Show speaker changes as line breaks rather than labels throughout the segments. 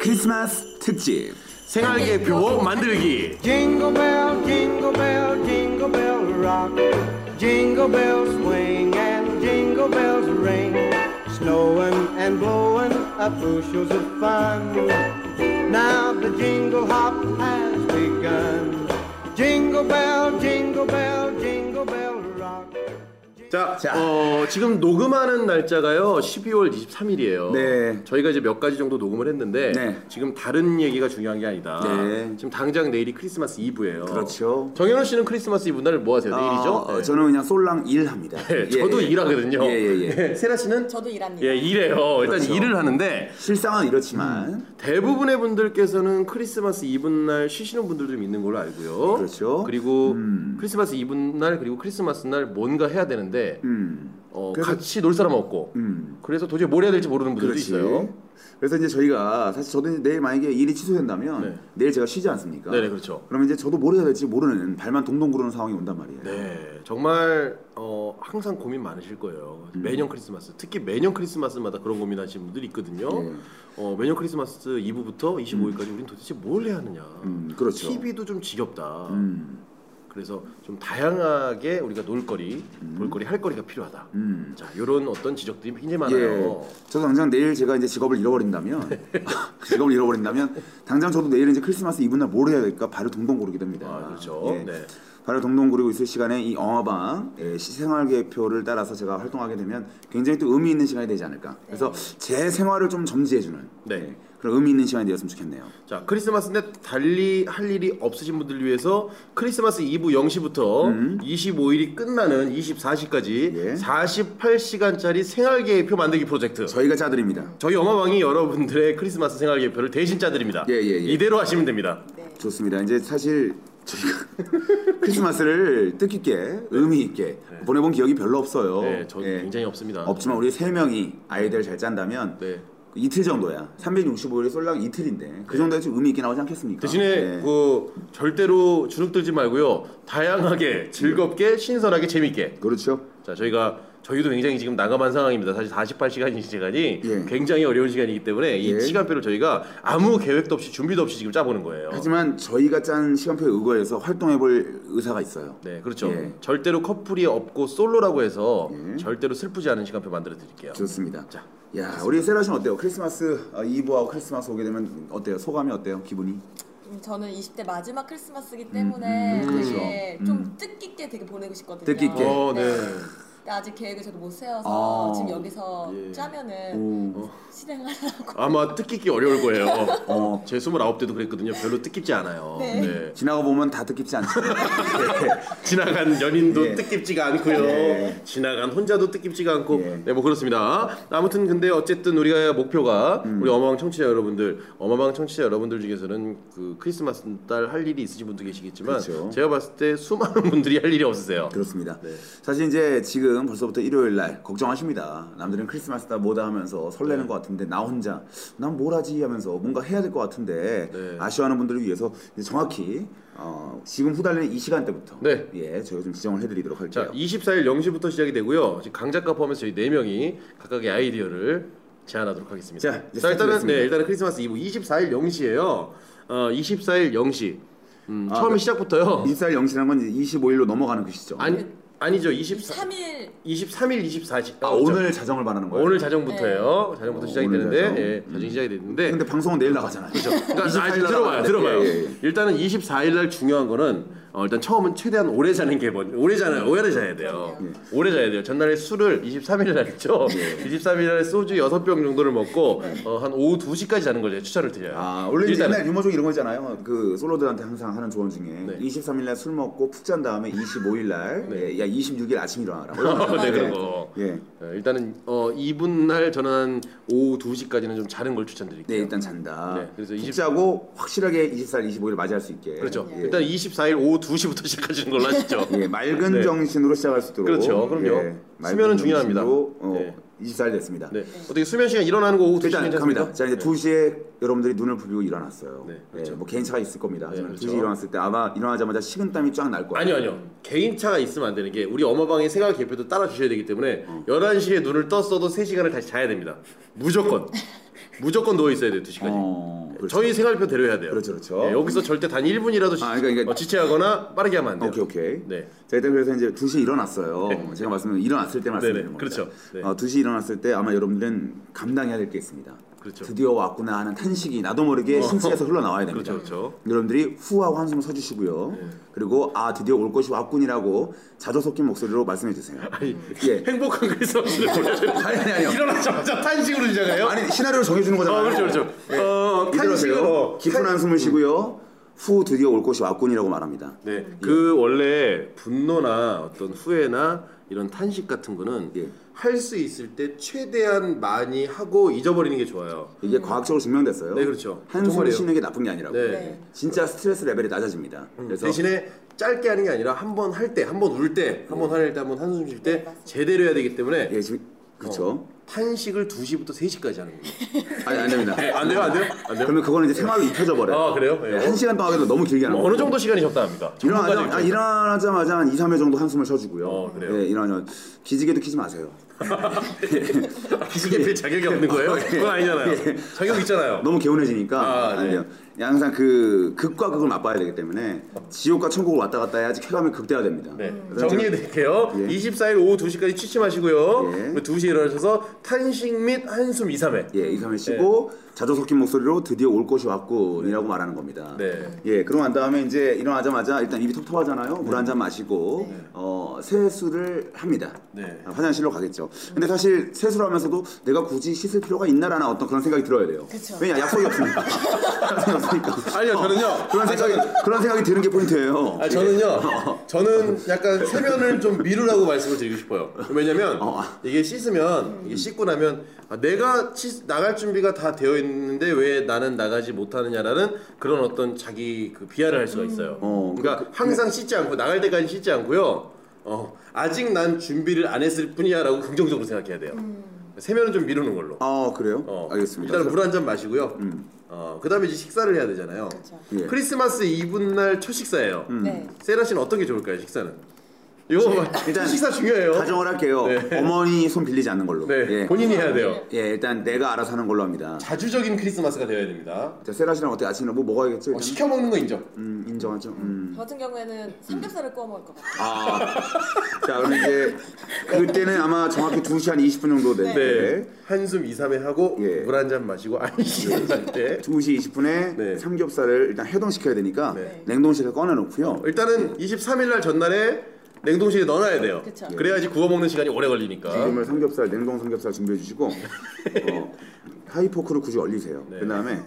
크리스마스 특집
생활계 표 만들기
Jingle bell, jingle bell, jingle bell rock. Jingle bells swing and jingle bells ring. Snowing and blowing up bushels of fun. Now the jingle hop has begun. Jingle bell, jingle bell, jingle bell rock.
자,
자.
어, 지금 녹음하는 날짜가요 12월 23일이에요
네.
저희가 이제 몇 가지 정도 녹음을 했는데
네.
지금 다른 얘기가 중요한 게 아니다
네.
지금 당장 내일이 크리스마스 이브예요
그렇죠.
정현우 씨는 크리스마스 이브 날 뭐 하세요? 내일이죠?
어, 어,
네.
저는 그냥 솔랑 일합니다.
네,
예,
저도
예.
일하거든요 네,
예, 예, 예.
세라 씨는?
저도 일합니다.
예 일해요 일단
그렇죠.
일을 하는데
실상은 이렇지만
대부분의 분들께서는 크리스마스 이브날 쉬시는 분들도 좀 있는 걸로 알고요.
그렇죠.
그리고 크리스마스 이브날 그리고 크리스마스 날 뭔가 해야 되는데
음,
어,
그래서-
같이 놀 사람 없고
음.
그래서 도저히 뭘 해야 될지 모르는 분들도
그렇지.
있어요.
그래서 이제 저희가 사실 저도 이제 내일 만약에 일이 취소된다면
네.
내일 제가 쉬지 않습니까?
네네, 그렇죠.
그러면 이제 저도 뭘 해야 될지 모르는 발만 동동 구르는 상황이 온단 말이에요.
네, 정말 어, 항상 고민 많으실 거예요.
음.
매년 크리스마스, 특히 매년 크리스마스마다 그런 고민하시는 분들이 있거든요.
네.
어, 매년 크리스마스 2부부터 25일까지 우린 도대체 뭘 해야 하느냐.
음, 그렇죠.
TV도 좀 지겹다.
음,
그래서 좀 다양하게 우리가 놀거리, 볼거리, 할거리가 필요하다.
음.
자, 이런 어떤 지적들이 굉장히
예.
많아요. 네.
저도 당장 내일 제가 이제 직업을 잃어버린다면 직업을 잃어버린다면 당장 저도 내일 이제 크리스마스 이브날 뭘 해야 될까 발을 동동 구르게 됩니다.
아, 그렇죠.
예.
네.
발을 동동 구르고 있을 시간에 이 영화방 예, 생활계표를 따라서 제가 활동하게 되면 굉장히 또 의미 있는 시간이 되지 않을까. 그래서 제 생활을 좀 점지해주는
네.
예, 그런 의미 있는 시간이 되었으면 좋겠네요.
자, 크리스마스인데 달리 할 일이 없으신 분들을 위해서 크리스마스 이브 0시부터 25일이 끝나는 24시까지
음. 예.
48시간짜리 생활 계획표 만들기 프로젝트.
저희가 짜드립니다.
저희 영화방이 여러분들의 크리스마스 생활 계획표를 대신 짜드립니다.
예, 예, 예.
이대로 하시면 됩니다.
좋습니다. 이제 사실 저희가 크리스마스를 뜻깊게 의미 있게 보내본 기억이 별로 없어요.
네, 저
예.
굉장히 없습니다.
없지만 우리 세 명이 아이디어를 잘 짠다면
네.
그 이틀 정도야. 365일이 쏠랑 이틀인데 그 정도야 좀 의미 있게 나오지 않겠습니까?
대신에
예.
그 절대로 주눅 들지 말고요. 다양하게 즐겁게 신선하게 재밌게
그렇죠.
자 저희가 저희도 굉장히 지금 난감한 상황입니다. 사실 48시간인 시간이
예.
굉장히 어려운 시간이기 때문에
예.
이 시간표를 저희가 아무 계획도 없이 준비도 없이 지금 짜보는 거예요.
하지만 저희가 짠 시간표에 의거해서 활동해볼 의사가 있어요.
네, 그렇죠.
예.
절대로 커플이 없고 솔로라고 해서 절대로 슬프지 않은 시간표 만들어 드릴게요.
좋습니다.
자,
야, 우리 세라 씨는 어때요? 크리스마스 어, 이브하고 크리스마스 오게 되면 어때요? 소감이 어때요? 기분이?
음, 저는 20대 마지막 크리스마스이기 때문에 되게
음, 그렇죠.
좀
음.
뜻깊게 되게 보내고 싶거든요.
뜻깊게.
어, 네.
근데 아직 계획을 저도 못 세워서
아.
지금 여기서
예.
짜면은
오,
실행하려고.
아마 뜻깊기 어려울 거예요.
어.
제 29대도 그랬거든요. 별로 뜻깊지 않아요.
네.
지나가 보면 다 뜻깊지 않죠.
지나간 연인도
예.
뜻깊지가 않고요.
예.
지나간 혼자도 뜻깊지가 않고,
예.
네 뭐 그렇습니다. 아무튼 근데 어쨌든 우리가 목표가
음.
우리 어마방 청취자 여러분들, 어마방 청취자 여러분들 중에서는 그 크리스마스 날 할 일이 있으신 분도 계시겠지만,
그렇죠.
제가 봤을 때 수많은 분들이 할 일이 없으세요.
그렇습니다.
네.
사실 이제 지금 벌써부터 일요일 날 걱정하십니다. 남들은 크리스마스다 뭐다 하면서 설레는
네.
것 같은데 나 혼자 난 뭘 하지 하면서 뭔가 해야 될 것 같은데
네.
아쉬워하는 분들을 위해서 이제 정확히 어, 지금 후달리는 이 시간대부터
네.
예 저희가 좀 지정을 해드리도록 할게요.
자, 24일 0시부터 시작이 되고요. 지금 강 작가 포함해서 저희 4명이 각각의 아이디어를 제안하도록 하겠습니다.
자, 이제
일단은
시작하겠습니다.
네, 일단은 크리스마스 이브 24일 0시예요. 어, 24일 0시. 음,
아,
처음에
그-
시작부터요.
24일 0시라는 건 이제 25일로 넘어가는 그 시죠.
아니 아니죠 24
23일
23일 24시
아, 오늘 자정을 말하는 거예요.
그렇죠. 오늘 자정부터예요 자정부터
어,
시작이
오늘
되는데
자정. 음.
예, 자정 시작이 되는데
근데 방송은 내일 나가잖아요. 예, 그죠?
그러니까 아니, 들어봐요 들어봐요 일단은 24일 날 중요한 거는 어, 일단 처음은 최대한 오래 자는 게 먼저 오래 자는 오래 자야 돼요
예.
오래 자야 돼요 전날에 술을 23일 날 있죠 23일 날 소주 6병 정도를 먹고 어, 한 오후 2시까지 자는 걸 제가 추천을 드려요
예. 아 원래 이제
일단은-
옛날 유머종 이런 거 있잖아요. 그 솔로들한테 항상 하는 조언 중에
네.
23일 날 술 먹고 푹 잔 다음에 25일 날, 예, 야 26일 아침 일어나라. 뭐 이런
네,
예.
그런 거.
예,
어, 일단은 어, 이분 날 저는 한 오후 2시까지는 좀 자는 걸 추천드릴게요
네 일단 잔다.
네, 그래서
푹
20
자고 확실하게 24일, 25일 맞이할 수 있게.
그렇죠.
예.
일단 24일 오후 2시부터 시작하시는 걸로 하시죠.
예, 맑은
네.
정신으로 시작할 수 있도록. 예,
그렇죠, 그럼요.
맑은
수면은 중요합니다.
정신으로, 어,
네.
24일 됐습니다.
네. 어떻게 수면 시간 일어나는 거 오후 2시
일단 갑니다. 자 이제 2시에 여러분들이 눈을 부비고 일어났어요.
네,
예, 뭐 개인차가 있을 겁니다. 하지만
그렇죠.
2시에 일어났을 때 아마 일어나자마자 식은땀이 쫙 날 거예요.
아니요, 아니요. 개인차가 있으면 안 되는 게 우리 어마방의 생활
어.
개표도 따라 주셔야 되기 때문에 11시에 눈을 떴어도 3시간을 다시 자야 됩니다. 무조건. 무조건 누워 있어야 돼요 2시까지
어, 그렇죠.
저희 생활표 데려야 돼요
그렇죠, 그렇죠.
예, 여기서 절대 단 1분이라도 어,
아, 그러니까, 그러니까-
지체하거나 빠르게 하면 안 돼요
오케이 오케이.
네.
자 일단 그래서 이제 2시 에 일어났어요. 제가 말씀드린 일어났을 때 말씀드리는 겁니다.
그렇죠. 네.
어, 2시 에 일어났을 때 아마 여러분들은 감당해야 될 게 있습니다.
그렇죠. 어.
드디어 왔구나 하는 탄식이 나도 모르게 신체에서 흘러나와야 됩니다.
그렇죠, 네. 그렇죠.
여러분들이 후하고 한숨을 쳐주시고요. 그리고 아 드디어 올 것이 왔군이라고 자조 섞인 목소리로 말씀해 주세요. 예.
행복한 글쓰기를 보여줘요
아니 아니 아니요.
일어나자마자 탄식으로 시작해요
아니 시나리오를 정해주는 거잖아요. 예.
어, 그렇죠 그렇죠 어, 탄식으로 음.
이대로세요. 깊은 한숨을 쉬고요. 후 드디어 올 것이 왔군이라고 말합니다.
네, 그 원래 분노나 어떤 후회나 이런 탄식 같은 거는
예.
할 수 있을 때 최대한 많이 하고 잊어버리는 게 좋아요.
이게 과학적으로 증명됐어요.
네, 그렇죠.
한숨을
정말이에요.
쉬는 게 나쁜 게 아니라고.
네.
네.
진짜 스트레스 레벨이 낮아집니다. 그래서
음. 대신에 짧게 하는 게 아니라 한 번 할 때, 한 번 울 때, 한 번 화낼 때, 한 번 한숨 쉴 때 제대로 해야 되기 때문에
예, 지금 그렇죠.
어. 탄식을 2시부터 3시까지 하는 거예요.
아니 안 됩니다.
네, 안 돼요, 안 돼요, 안 돼요.
그러면 그거는 이제 생활로 입혀져 버려요.
아, 그래요? 예.
한 시간 동안 하기도 너무 길게 하는
뭐
거예요.
어느 정도 시간이 적당합니다.
일어나자, 아,
전문가적인
일어나자마자 한 2, 3회 정도 한숨을 쳐주고요.
어, 그래요?
예, 일어나면 기지개도 키지 마세요.
기지개 필 자격이 없는 거예요? 음. 그건 아니잖아요. 자격 있잖아요.
너무 개운해지니까
아,
안 돼요. 항상 그 극과 극을 맛봐야 되기 때문에 지옥과 천국을 왔다 갔다 해야지 쾌감이 극대화됩니다.
네.
그래서
정리해
제가-
드릴게요.
예.
24일 오후 2시까지 취침하시고요.
예.
그리고 2시에 일어나셔서 탄식 및 한숨 2, 3회.
예, 이삼회 쉬고 자조 섞인 목소리로 드디어 올 것이 왔군이라고 말하는 겁니다.
네.
예, 그러고 난 다음에 이제 일어나자마자 일단 입이 텁텁하잖아요. 물 한 잔 마시고 어, 세수를 합니다.
네. 음.
아, 화장실로 가겠죠. 근데 사실 세수를 하면서도 내가 굳이 씻을 필요가 있나라는 어떤 그런 생각이 들어야 돼요.
그쵸.
왜냐 약속이 없으니까. 약속이 없으니까.
아니요, 저는요.
그런 생각이 그런 생각이 드는 게 포인트예요.
아 저는요. 저는 약간 세면을 좀 미루라고 말씀을 드리고 싶어요. 왜냐면
어, 아.
이게 씻으면 이게 씻고 나면 아, 내가 씻- 나갈 준비가 다 되어 있는데 왜 나는 나가지 못하느냐라는 그런 어떤 자기 그 비하를 할 수가 있어요.
어,
그러니까 항상 씻지 않고 나갈 때까지 씻지 않고요. 어, 아직 난 준비를 안 했을 뿐이야라고 긍정적으로 생각해야 돼요. 세면은 좀 미루는 걸로.
아 그래요?
어,
알겠습니다.
일단 물 한 잔 마시고요. 어, 그다음에 이제 식사를 해야 되잖아요.
그렇죠.
예.
크리스마스 이브 날첫 식사예요.
음.
네.
세라 씨는 어떤 게 좋을까요? 식사는? 이거
일단
일단 식사 중요해요.
가정을 할게요.
네.
어머니 손 빌리지 않는 걸로.
네,
예.
본인이 해야 돼요.
예,
네.
일단 내가 알아서 하는 걸로 합니다.
자주적인 크리스마스가 되어야 됩니다.
자, 세라 씨랑 어떻게 아침에 뭐 먹어야겠죠?
어,
일단?
시켜 먹는 거 인정.
음, 인정하죠. 음.
저 같은 경우에는 삼겹살을 구워 먹을 것 같아요.
아. 자, 그럼 이제 그때는 아마 정확히 2시 한 20분 정도 될
네.
때.
한숨 2, 3회 하고
예.
물 한 잔 마시고 안식할 때
2시 20분에
네.
삼겹살을 일단 해동시켜야 되니까
네. 어,
냉동실에 꺼내 놓고요.
일단은
예.
23일 날 전날에 냉동실에 넣어놔야 돼요.
그쵸.
래야지 구워 먹는 시간이 오래 걸리니까.
지금을 삼겹살 냉동 삼겹살 준비해 주시고 어, 하이포크를 굳이 얼리세요.
네.
그다음에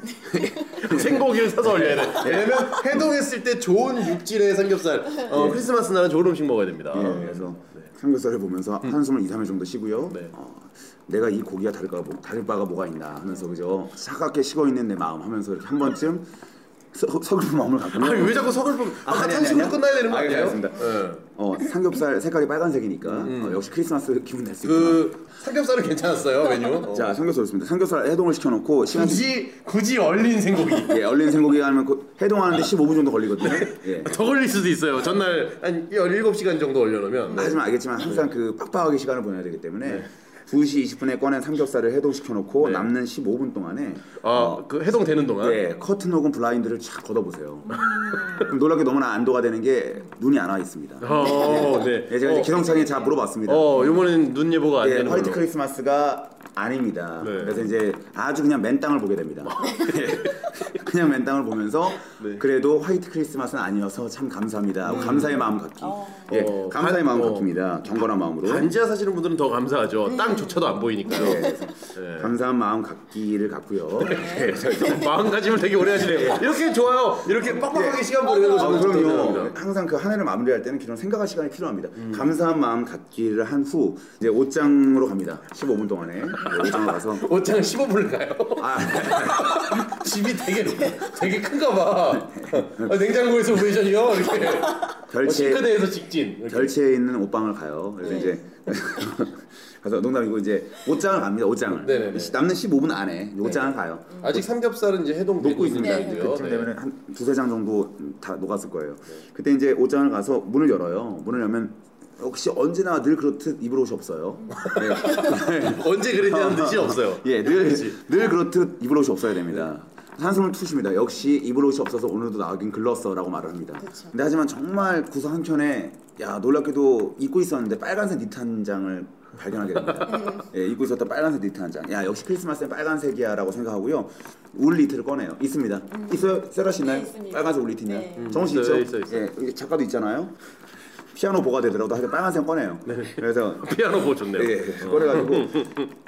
생고기를 사서 올려야 돼. 왜냐면 해동했을 때 좋은 육질의 삼겹살. 어, 크리스마스 날은 좋은 음식 먹어야 됩니다.
예, 그래서 삼겹살을 보면서 한숨을 2, 3일 정도 쉬고요.
음. 네.
어, 내가 이 고기가 다를 바가, 뭐- 다를 바가 뭐가 있나 하면서 그죠. 차갑게 식어 있는 내 마음 하면서 이렇게 한 번쯤 서- 서글픈 마음을 갖고요.
아니 왜 자꾸 서글픔? 아까
아니, 아니,
탄식으로
아니요.
끝나야 되는 거
아,
아니에요?
알겠습니다.
예.
어 삼겹살 색깔이 빨간색이니까 어, 역시 크리스마스 기분 낼 수 있구나.
음. 그 삼겹살은 괜찮았어요 메뉴. 어.
자 삼겹살 좋습니다. 삼겹살 해동을 시켜놓고 시간
굳이 굳이 얼린 생고기.
예, 얼린 생고기 하면 그
아.
해동하는데 15분 정도 걸리거든요. 예.
더 걸릴 수도 있어요. 전날 한 17시간 정도 얼려놓으면
하지만 알겠지만 항상
네.
그 빡빡하게 시간을 보내야 되기 때문에 2시 20분에 꺼낸 삼겹살을 해동시켜놓고
네.
남는 15분 동안에
아, 그 해동되는 동안
예, 커튼 혹은 블라인드를 쫙 걷어보세요.
음.
그럼 놀랍게 너무나 안도가 되는 게 눈이 안 와 있습니다.
어, 네.
예, 제가 이제
어,
기성창에 잘 물어봤습니다.
어, 요번엔 눈 예보가 안
예,
되는 걸로.
화이트 크리스마스가 아닙니다.
네. 어.
그래서 이제 아주 그냥 맨땅을 보게 됩니다. 예. 그냥 맨땅을 보면서
네.
그래도 화이트 크리스마스는 아니어서 참 감사합니다. 하고 감사의 마음 갖기. 예,
어,
감사의
간-
마음
어.
갖기입니다. 경건한 마음으로.
반지하 사시는 분들은 더 감사하죠. 땅조차도 안 보이니까요.
예, 그래서
예.
감사한 마음 갖기를 갖고요.
예, 마음가짐을 되게 오래 하시네요. 이렇게 좋아요. 이렇게 빡빡하게 시간 보내는 거
아,
저는 좀
그럼요.
감사합니다.
항상 그 한 해를 마무리할 때는 그런 생각할 시간이 필요합니다. 감사한 마음 갖기를 한 후 이제 옷장으로 갑니다. 15분 동안에 네, 옷장으로 가서
옷장 15분을 가요.
아,
집이 되게 되게 큰가 봐. 아, 냉장고에서 우회전이요. 이렇게 어,
결제
싱크대에서 네. 직진. 이렇게.
결체에 있는 옷방을 가요. 그래서 이제 가서 농담이고 이제 옷장을 갑니다. 옷장을
네네네. 네.
남는 15분 안에 옷장을 가요.
아직 삼겹살은 이제 해동
녹고 있습니다.
네.
이제요.
그쯤 되면 한
네.
두세 장 정도 다 녹았을 거예요. 그때 이제 옷장을 가서 문을 열어요. 문을 열면 역시 언제나 늘 그렇듯 입을 옷이 없어요. 네.
언제 그랬냐는 듯이 없어요.
예, 늘,
그치.
늘 그렇듯 입을 옷이 없어야 됩니다. 한숨을 푸십니다. 역시 입을 옷이 없어서 오늘도 나가긴 글렀어라고 말을 합니다.
그렇죠.
근데 하지만 정말 구석 한 켠에 야 놀랍게도 입고 있었는데 빨간색 니트 한 장을 발견하게 됩니다.
네.
예, 입고 있었던 빨간색 니트 한 장. 야 역시 크리스마스엔 빨간색이야라고 생각하고요. 울 니트를 꺼내요. 있습니다. 있어요? 세라 씨 있나요?
음. 네, 있습니다.
빨간색 울 니트 있나요?
네.
정우 씨 있죠?
음. 있어요, 있어요, 있어요.
예, 이게 작가도 있잖아요. 피아노 보가 되더라도 하여튼 빨간색 꺼내요.
네.
그래서
피아노 보 좋네요.
예, 예. 그래가지고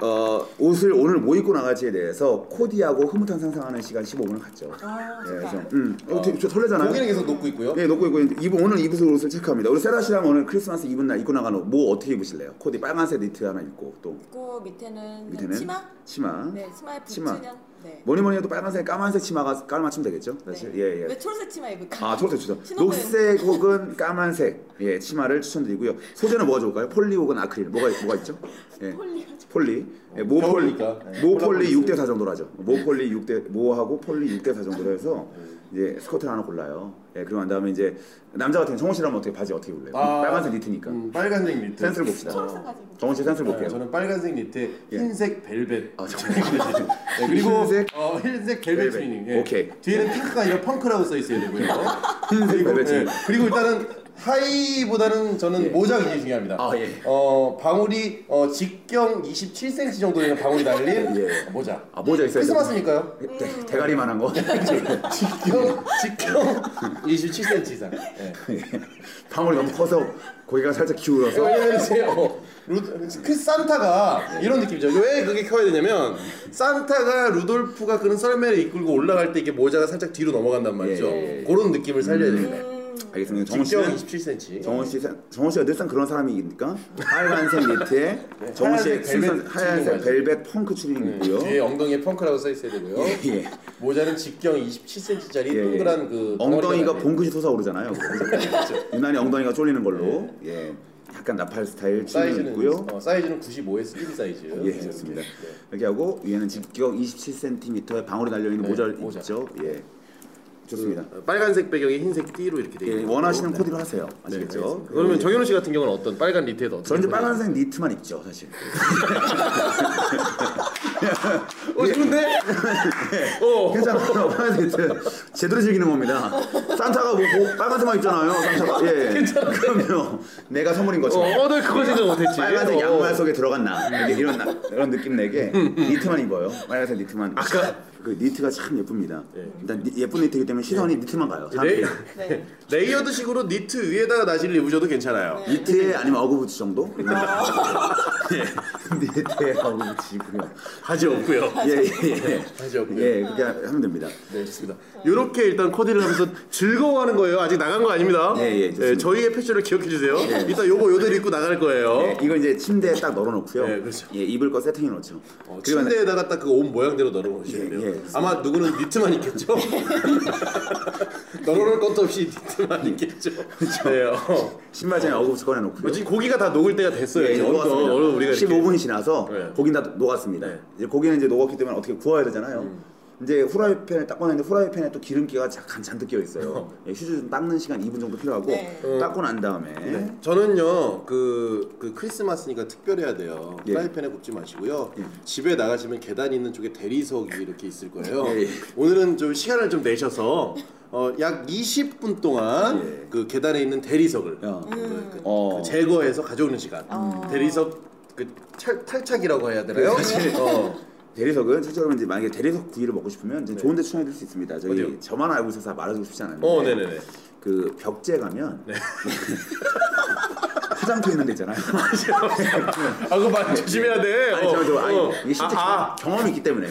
어, 옷을 오늘 뭐 입고 나갈지에 대해서 코디하고 흐뭇한 상상하는 시간 15분을 갖죠.
아,
예,
좋다.
그래서, 음, 어, 되게 저 설레잖아요.
고기는 계속 놓고 있고요.
예, 놓고 있고 입은 오늘 입으실 옷을 체크합니다. 우리 세라 씨랑 오늘 크리스마스 입은 날 입고 나가는 옷 뭐 어떻게 입으실래요? 코디 빨간색 니트 하나 입고 또
그리고 밑에는
밑에는
치마?
치마.
네, 치마에
치마.
붙으면 네.
뭐니 뭐니 해도 빨간색 까만색 치마가 깔맞춤 되겠죠? 사실
네.
예 예.
왜 초록색 치마 입을까?
아, 초록색 추천.
신혼여행.
녹색 혹은 까만색 예 치마를 추천드리고요. 소재는 뭐가 좋을까요? 폴리 혹은 아크릴 뭐가 뭐가 있죠? 예. 폴리. 예, 모폴리.
겨울이니까. 네.
모폴리 6대 4 정도로 하죠. 모폴리 6대 모하고 폴리 6대 4 정도로 해서
네.
이제 스커트를 하나 골라요. 예 그리고 난 다음에 이제 남자 같은 경우 정원 씨라면 어떻게 바지 어떻게 입을래요?
아.
빨간색 니트니까. 예,
음,
빨간색 니트.
센스를 봅시다.
초록색 네. 바지 입을까?
정원 씨 센스를
네,
볼게요.
저는 빨간색 니트, 흰색 벨벳.
아, 저-
네, 그리고
흰색?
어, 흰색 벨벳
벨벳.
스위닝. 예.
오케이.
뒤에는 핑크가 아니라 펑크라고 써 있어야 되고요.
흰색
그리고,
벨벳
예.
스위닝.
그리고 일단은 하이보다는 저는 모자 굉장히 중요합니다.
아, 예.
어, 방울이 어, 직경 27cm 정도 되는 방울이 달린
예.
모자.
아 모자 있어요.
크리스마스니까요.
대- 대가리만한 거. 예.
직경 직경 27cm 이상. 예.
방울이 너무 커서 고개가 살짝 기울어서.
왜냐면 이제 어, 루드, 그 산타가 이런 느낌이죠. 왜 그게 켜야 되냐면 산타가 루돌프가 그런 썰매를 이끌고 올라갈 때 이게 모자가 살짝 뒤로 넘어간단 말이죠.
예, 예.
그런 느낌을 살려야 됩니다.
알겠습니다. 정원
직경
씨는
27cm.
정원 씨, 정원 씨가 늘상 그런 사람이니까 빨간색 니트에 정원 씨의
네. 하얀색 벨벳
칠선- 하얀색
치마죠. 네.
벨벳 펑크 추리닝 있고요.
뒤에 예, 엉덩이에 펑크라고 써 있어야 되고요.
예.
모자는 직경 27cm짜리
예, 예.
동그란 그
엉덩이가
덩어리가
봉긋이 솟아오르잖아요. 그래서 유난히 엉덩이가 쫄리는 걸로. 예. 약간 나팔 스타일 추리닝
사이즈는
있고요.
어, 사이즈는 95에서 1 사이즈. 네.
예, 좋습니다. 이렇게 하고 위에는 직격 27cm의 방울이 달려 있는 모자를
모자.
입죠. 예. 좋습니다.
어, 빨간색 배경에 흰색 띠로 이렇게 되어
예,
있고.
원하시는
네.
코디를 하세요. 아시겠죠? 예.
그러면 정현우 씨 같은 경우는 어떤 빨간 니트에도 어떤?
저는 이제 빨간색 니트만 입죠, 사실.
어 좋은데? 어.
괜찮아요. 빨간색 니트 제대로 즐기는 겁니다. 산타가 뭐, 뭐 빨간색만 입잖아요. 산타가. 예. 그럼요. 내가 선물인
어,
것처럼.
어, 나 그거 생각 못했지.
빨간색
어.
양말 속에 들어간 나 이렇게 이런 나, 이런 느낌 내게 니트만 입어요. 빨간색 니트만. 아까
그러니까
그 니트가 참 예쁩니다. 일단 니- 예쁜 니트이기 때문에 시선이 니트만 가요.
레이,
사람들이.
네.
레이어드식으로 니트 위에다가 나시를 입으셔도 괜찮아요.
니트에 아니면 어그부츠 정도? 예. 니트에 어그부츠고요.
바지 없고요.
예예 예.
하지 없고요.
예 그렇게 하면 됩니다.
네, 좋습니다.
이렇게 일단 코디를 하면서 즐거워하는 거예요. 아직 나간 거 아닙니다. 네,
예, 예, 좋습니다.
저희의 패션을 기억해 주세요. 이따 요거 요대로 입고 나갈 거예요.
예, 이거 이제 침대에 딱 널어놓고요.
어. 예, 그렇죠.
예 입을 거 세팅해 놓죠.
어,
그리고 나-
침대에다가 딱 그 옷 모양대로 널어놓으시면 돼요.
예, 예.
아마 누구는 니트만 입겠죠. 널어놓을 것도 없이 니트만 입겠죠.
그렇죠.
네, 어. 뭐
신발장에 어그부츠 꺼내놓고요.
지금 고기가 다 녹을 때가 됐어요.
예, 이제
이제 어느
녹았습니다.
어느 우리가 이렇게.
15분이 지나서
네.
고기는 다 녹았습니다.
네. 음.
이제 고기는 이제 녹았기 때문에 어떻게 구워야 되잖아요. 이제 후라이팬에 딱 꺼냈는데 후라이팬에 또 기름기가 잠깐 잔뜩 끼어 있어요. 예, 휴지 좀 닦는 시간 2분 정도 필요하고
네.
어.
닦고 난 다음에
네. 저는요 그, 그 크리스마스니까 특별해야 돼요
예.
프라이팬에 굽지 마시고요 집에 나가시면 계단 있는 쪽에 대리석이 이렇게 있을 거예요
예, 예.
오늘은 좀 시간을 좀 내셔서 어, 약 20분 동안
예.
그 계단에 있는 대리석을
어.
그- 그
어.
제거해서 가져오는 시간 대리석 그 찰- 탈착이라고 해야 되나요? 어.
대리석은 사실 여러분 이제 만약에 대리석 구이를 먹고 싶으면 이제 좋은 데 추천해 드릴 수 있습니다. 저희
네. 어디요?
저만 알고 있어서 말해주고 싶지 않은데
어, 네네네. 네.
그 벽제 가면 화장터 있는 데 있잖아요.
아, 그거 말 조심해야 돼.
아니 저, 저 아니
어.
이게 실제
아, 아.
경험이 있기 때문에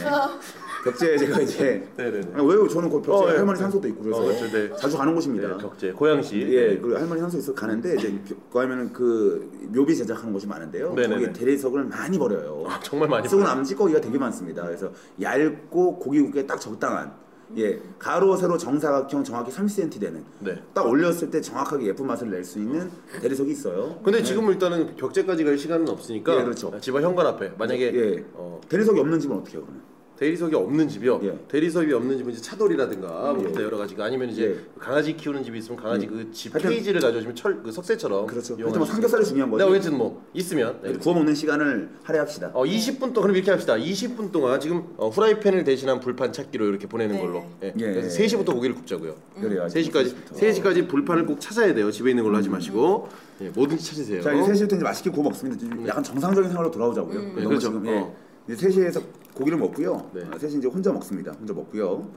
벽제 제가 이제
네네네.
아니, 왜요? 저는 그 벽제
어, 예.
할머니 산소도 있고 그래서
어, 그렇죠. 네.
자주 가는
네,
곳입니다.
벽제 고양시.
예, 그리고 할머니 산소 있어 가는데 이제 가면은 그 묘비 제작하는 곳이 많은데요.
네네네.
거기 대리석을 많이 버려요.
아, 정말 많이
쓰고
버려요.
남은 찌꺼기가 되게 많습니다. 그래서 얇고 고기 굽기에 딱 적당한 예 가로 세로 정사각형 정확히 30cm 되는
네.
딱 올렸을 때 정확하게 예쁜 맛을 낼 수 있는 대리석이 있어요.
근데 지금 일단은 벽제까지 갈 시간은 없으니까
예, 그렇죠.
집안 현관 앞에 만약에
예.
어,
대리석이 없는 집은 어떻게 해요 그러면?
대리석이 없는 집이요.
예.
대리석이 없는 집은 이제 차돌이라든가 뭐
예.
기타 여러 가지가 아니면 이제
예.
강아지 키우는 집이 있으면 강아지 그 집
하여튼-
케이지를 가져오시면 철 그 석쇠처럼
그렇죠.
이용할
하여튼 뭐
수
삼겹살이 중요한 거죠.
네, 어쨌든 뭐 있으면 네.
구워 먹는 시간을 할애합시다.
어 20분 동안 그럼 이렇게 합시다. 20분 동안 지금 어, 후라이팬을 대신한 불판 찾기로 이렇게 보내는
네.
걸로. 예.
예. 아,
그래서 3시부터 고기를 굽자고요.
그래요.
3시까지 3시까지 불판을 꼭 찾아야 돼요. 집에 있는 걸로 하지 마시고 예, 뭐든지 찾으세요.
음. 자, 이제 3시부터 이제 맛있게 구워 먹습니다. 지금 약간 정상적인 생활로 돌아오자고요.
네,
너무
그렇죠.
지금, 예.
어.
이제 3시에서 고기를 먹고요.
네.
3시 이제 혼자 먹습니다. 혼자 먹고요.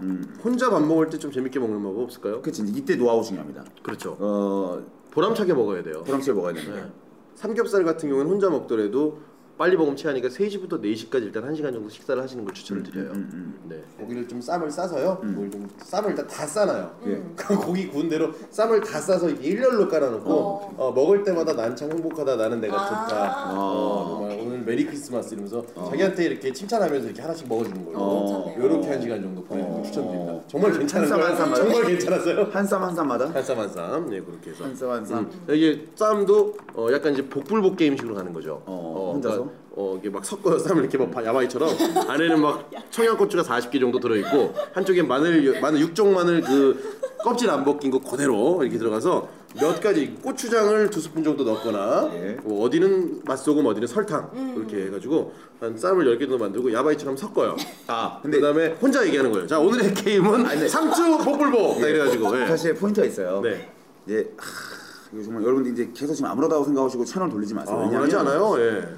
음.
혼자 밥 먹을 때 좀 재밌게 먹는 방법 없을까요?
그렇지. 이제 이때 노하우 중요합니다.
그렇죠.
어,
보람차게 먹어야 돼요.
보람치게 먹어야 됩니다.
네. 삼겹살 같은 경우는 혼자 먹더라도 빨리 먹으면 체하니까 3시부터 4시까지 일단 1시간 정도 식사를 하시는 걸 추천을 드려요. 네.
고기를 좀 쌈을 싸서요. 고기를 좀 쌈을 일단 다 싸놔요. 음.
예.
그럼 고기 구운 대로 쌈을 다 싸서 이렇게 일렬로 깔아놓고
어.
어, 먹을 때마다 난 참 행복하다 나는 내가
아.
좋다. 어, 정말 오늘 메리 크리스마스 이러면서 자기한테 이렇게 칭찬하면서 이렇게 하나씩 먹어주는 걸로
어.
이렇게 한 시간 정도 보내는 걸 추천드립니다. 정말
어.
괜찮은
쌈, 한
거예요.
쌈 말이야?
정말 괜찮았어요.
한 쌈 한 쌈마다
한 쌈 한 쌈 네, 그렇게 해서.
한 쌈 한 쌈.
음. 이게 쌈도 어, 약간 이제 복불복 게임식으로 가는 거죠.
어, 혼자서?
그러니까, 어, 이게 막 섞어요. 쌈을 이렇게 막 야바이처럼 안에는 막 청양고추가 40개 정도 들어 있고 한쪽에 마늘 마늘 육종 마늘 그 껍질 안 벗긴 거 그대로 이렇게 들어가서 몇 가지 고추장을 두 스푼 정도 넣거나
예.
뭐 어디는 맛소금 어디는 설탕 이렇게 해가지고 한 쌈을 10개 정도 만들고 야바이처럼 섞어요.
아, 근데
그다음에 혼자 얘기하는 거예요. 자 오늘의 게임은 상추 복불복
네.
딱 이래가지고 예.
사실 포인트가 있어요.
네.
이제 하, 이거 정말 여러분들 이제 계속 지금 아무렇다고 생각하시고 채널 돌리지 마세요.
아,
어, 왜냐면
원하지 않아요. 예.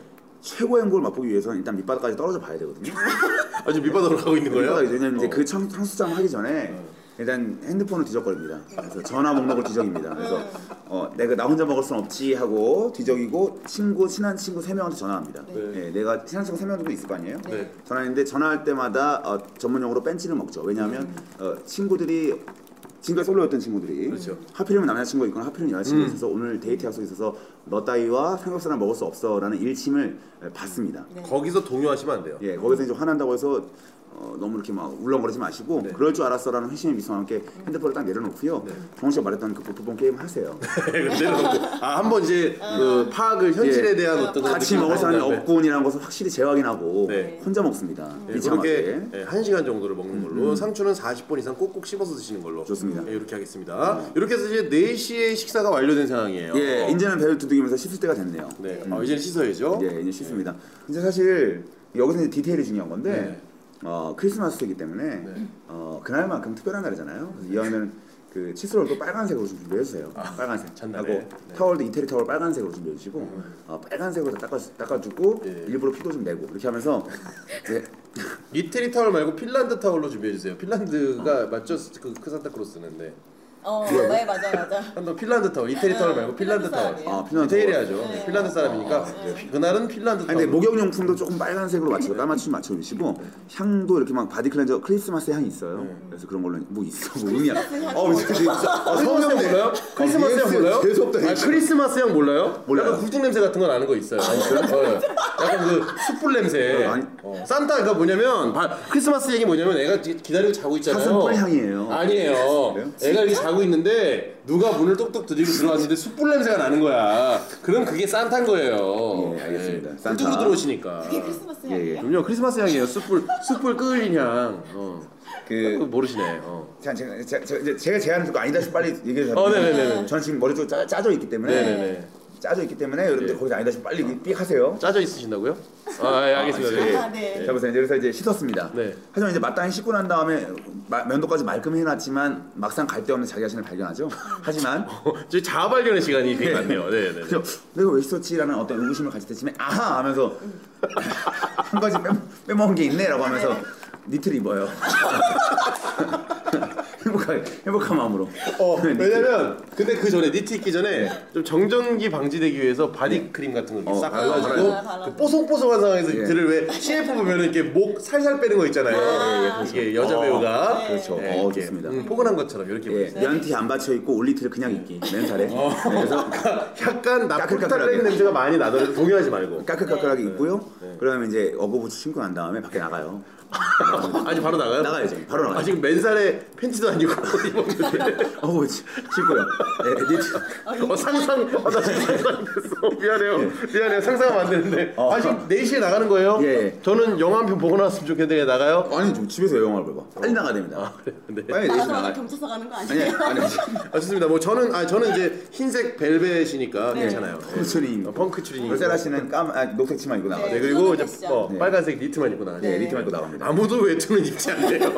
최고의 행복을 맛보기 위해서는 일단 밑바닥까지 떨어져 봐야 되거든요.
아주 밑바닥으로 가고 있는 거예요?
밑바닥이 왜냐면 이제
어.
그 청, 청수장 하기 전에 일단 핸드폰을 뒤적거립니다. 그래서 전화 목록을 뒤적입니다. 그래서 어, 내가 나 혼자 먹을 순 없지 하고 뒤적이고 친구 친한 친구 세 명한테 전화합니다. 예, 내가 친한 친구 세 명도 있을 거 아니에요?
네.
전화했는데 전화할 때마다 어, 전문용어로 뺀치를 먹죠.
음.
왜냐하면 어, 친구들이 지금까지 솔로였던 친구들이
그렇죠.
하필이면 남자친구가 있거나 하필이면 여자친구가
음.
있어서 오늘 데이트 약속이 있어서 너 따위와 삼겹살을 먹을 수 없어 라는 일침을 에, 받습니다.
거기서 동요하시면 안 돼요.
예, 거기서 이제 화난다고 해서 어, 너무 이렇게 막 울렁거리지 마시고
네.
그럴 줄 알았어라는 회심의 미소와 함께 핸드폰을 딱 내려놓고요. 정우 씨가 말했던 그 보트폰 게임 하세요.
내려놓고 아 한번 이제 그 파악을 현실에
예.
대한 어떤
같이
느낌을
먹을 사람이
하신 다음에
없군이라는 것을 확실히 재확인하고
네.
혼자 먹습니다.
예,
비참하게. 음,
그렇게 예, 한 시간 정도를 먹는 걸로 상추는 40번 이상 꼭꼭 씹어서 드시는 걸로
좋습니다. 음.
예, 이렇게 하겠습니다. 이렇게 해서 이제 4시에 식사가 완료된 상황이에요.
예, 이제는 배를 두드리면서 씻을 때가 됐네요.
네, 아, 이제는 씻어야죠.
예, 이제 씻습니다. 이제 사실 여기서 이제 디테일이 중요한 건데 어, 크리스마스이기 때문에 어, 그날만큼 특별한 날이잖아요. 그래서 이왕이면 그 칫솔도 빨간색으로 좀 준비해 주세요. 빨간색.
찬날에.
하고 타월도 이태리 타월 빨간색으로 준비해 주시고 어, 빨간색으로 다 닦아 닦아주고 일부러 피도 좀 내고 이렇게 하면서 이제
이태리 타월 말고 핀란드 타월로 준비해 주세요. 핀란드가 맞죠? 그, 그 산타크로스는 네.
어, 네 맞아
예.
맞아.
한번 핀란드 타월, 이태리 타월 말고 핀란드
핀란드
타월.
사람이에요.
아, 피난
이태리 어. 하죠. 핀란드 사람이니까 그날은 핀란드 타월.
아니 근데 목욕용품도 조금 빨간색으로 맞추고 깔맞춤 맞춰주시고 향도 이렇게 막 바디 클렌저 크리스마스 향이 있어요. 그래서 그런 걸로 뭐 있어 뭐 의미야. 어 진짜
아, 성형 몰라요? 크리스마스 형 몰라요? 아, 크리스마스 형 몰라요?
몰라요.
약간 굴뚝 냄새 같은 건 아는 거 있어요. 어, 약간 그 숯불 냄새.
어, 아니.
어. 산타가 뭐냐면 바- 크리스마스 얘기 뭐냐면 애가 기- 기다리고 자고 있잖아요.
사슴뿔 향이에요.
아니에요. 애가 이렇게 자고 있는데 누가 문을 똑똑 두드리고 들어왔는데 숯불 냄새가 나는 거야. 그럼 그게 산타인 거예요. 네.
예, 알겠습니다. 산타.
굴뚝으로 들어오시니까.
크리스마스
예, 예.
향이야.
그럼요. 크리스마스 향이에요. 숯불 숯불 끓인 향. 어. 그거
그
모르시네. 어.
자, 제가 제가 제가, 제가 제안을 듣고 아니다 싶 빨리 얘기를 잡는
어, 네네네네.
저는 지금 머리 쪽짜 짜져 있기 때문에
네네네. 네.
짜져 있기 때문에 여러분들 거기서 아니다 싶 빨리 삑 하세요.
짜져 있으신다고요? 아, 예, 알겠습니다. 네.
아, 네.
자 보세요. 이제 그래서 이제 씻었습니다.
네.
하지만 이제 마땅히 씻고 난 다음에 마- 면도까지 말끔 해놨지만 막상 갈 데 없는 자기 자신을 발견하죠. 하지만
어, 저희 자아 발견의 시간이 되게 많네요. 네, 네.
그래서 내가 왜 씻었지라는 어떤 의구심을 가질 때쯤에 아하 하면서 한 가지 빼, 빼먹은 게 있네라고 하면서 니트를 입어요. 행복하게 행복한 마음으로. 네,
어,
니트.
왜냐면 근데 그 전에 니트 입기 전에 좀 정전기 방지되기 위해서 바디 크림 같은 거 싹
어,
네. 발라주고
발라요, 발라요.
그 뽀송뽀송한 상황에서
예.
니트를 왜 CF 보면 이렇게 목 살살 빼는 거 있잖아요. 이게 여자 배우가
그렇죠.
예,
네,
어,
이렇게,
좋습니다.
음, 포근한 것처럼 이렇게
예,
보여요. 어,
면티 안 받쳐 입고 올리트를 그냥 입기 맨살에. 네, 그래서
약간 나폴탈렌
까끌까끌하게.
냄새가 많이 나더라도 동요하지 말고.
까끌까끌하게 입고요. 그러면 이제 어거부츠 신고 난 다음에 밖에 나가요.
아니 바로 나가요?
나가야죠. 바로 나가요.
아, 지금 맨살에 팬티도 안 아니고 입었는데
어우 지- 친구야. 예, 니-
어, 상상 아, 나 지금 상상했어 미안해요 미안해요 상상하면 안 되는데
예. 어.
아 지금 4시에 나가는 거예요?
예. 어.
저는 영화 한 편 보고 나왔으면 좋겠는데 나가요?
아니 좀 집에서 영화를 봐봐. 아, 네. 빨리 나가야 됩니다. 빨리 내시
나가서
나가.
경찰서 가는 거
아니
아니에요?
아니.
아 좋습니다 뭐 저는 아 저는 이제 흰색 벨벳이니까 괜찮아요 예.
네. 펑크츄링.
어, 펑크 추리닝
열세라 씨는 깜 아, 녹색 치마 입고 나가.
네,
네.
그리고 이제
그거는
어,
패션.
빨간색 니트만 입고 나가죠
예, 리트만 입고 나갑니다.
아무도 외투는 입지 않네요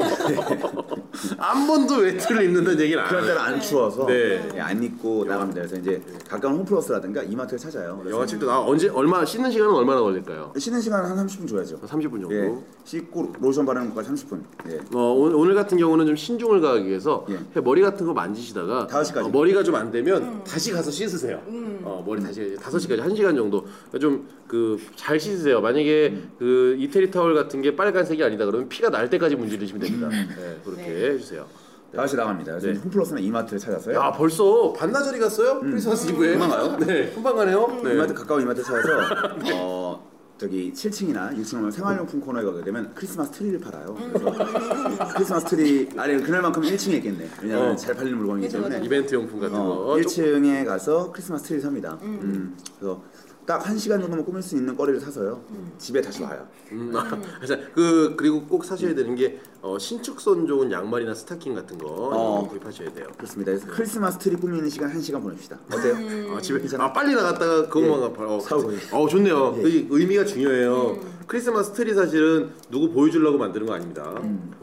한 번도 외투를 입는다는 얘기는 안
그럴
해요
때는 안 추워서
네.
예, 안 입고 나갑니다. 그래서 이제 가까운 홈플러스라든가 이마트를 찾아요. 그래서
영화 찍도 나 언제 얼마 씻는 시간은 얼마나 걸릴까요?
쉬는 시간 한 30분 줘야죠.
30분 정도
예. 씻고 로션 바르는 것까지 30분. 예.
어, 오늘, 오늘 같은 경우는 좀 신중을 가하기 위해서
예.
그냥 머리 같은 거 만지시다가
다섯 시까지.
어, 머리가 좀 안 되면 다시 가서 씻으세요. 어, 머리 다시 5시까지 1시간 정도 좀 그 잘 씻으세요. 만약에 그 이태리 타월 같은 게 빨간색이 아니다 그러면 피가 날 때까지 문지르시면 됩니다. 네, 그렇게 해주세요.
다시 나갑니다. 그래서 홈플러스나 이마트를 찾았어요.
네. 야 벌써 반나절이 갔어요? 크리스마스 이브에
금방 가요?
네 음. 금방 가네요 네.
이마트 가까운 이마트 찾아서 어 저기 7층이나 6층 생활용품 코너에 가게 되면 크리스마스 트리를 팔아요. 그래서 크리스마스 트리 아니 그날만큼 1층에 있겠네. 왜냐면
어.
잘 팔리는 물건이기
그죠,
때문에
이벤트 용품 같은
어,
거
1층에 가서 크리스마스 트리를 삽니다. 음. 그래서 딱 1시간 정도만 꾸밀 수 있는 거리를 사서요. 집에 다시 와요.
음, 아, 그래서 그 그리고 꼭 사셔야 되는 게 어, 신축선 좋은 양말이나 스타킹 같은 거
어.
구입하셔야 돼요.
그렇습니다. 그래서 크리스마스 트리 꾸미는 시간 1시간 보냅시다. 어때요?
음.
아, 집에
괜찮아.
아 빨리 나갔다가 그것만 가- 어,
예. 사오고. 예.
어 좋네요. 이 의미가 중요해요. 크리스마스 트리 사실은 누구 보여주려고 만드는 거 아닙니다.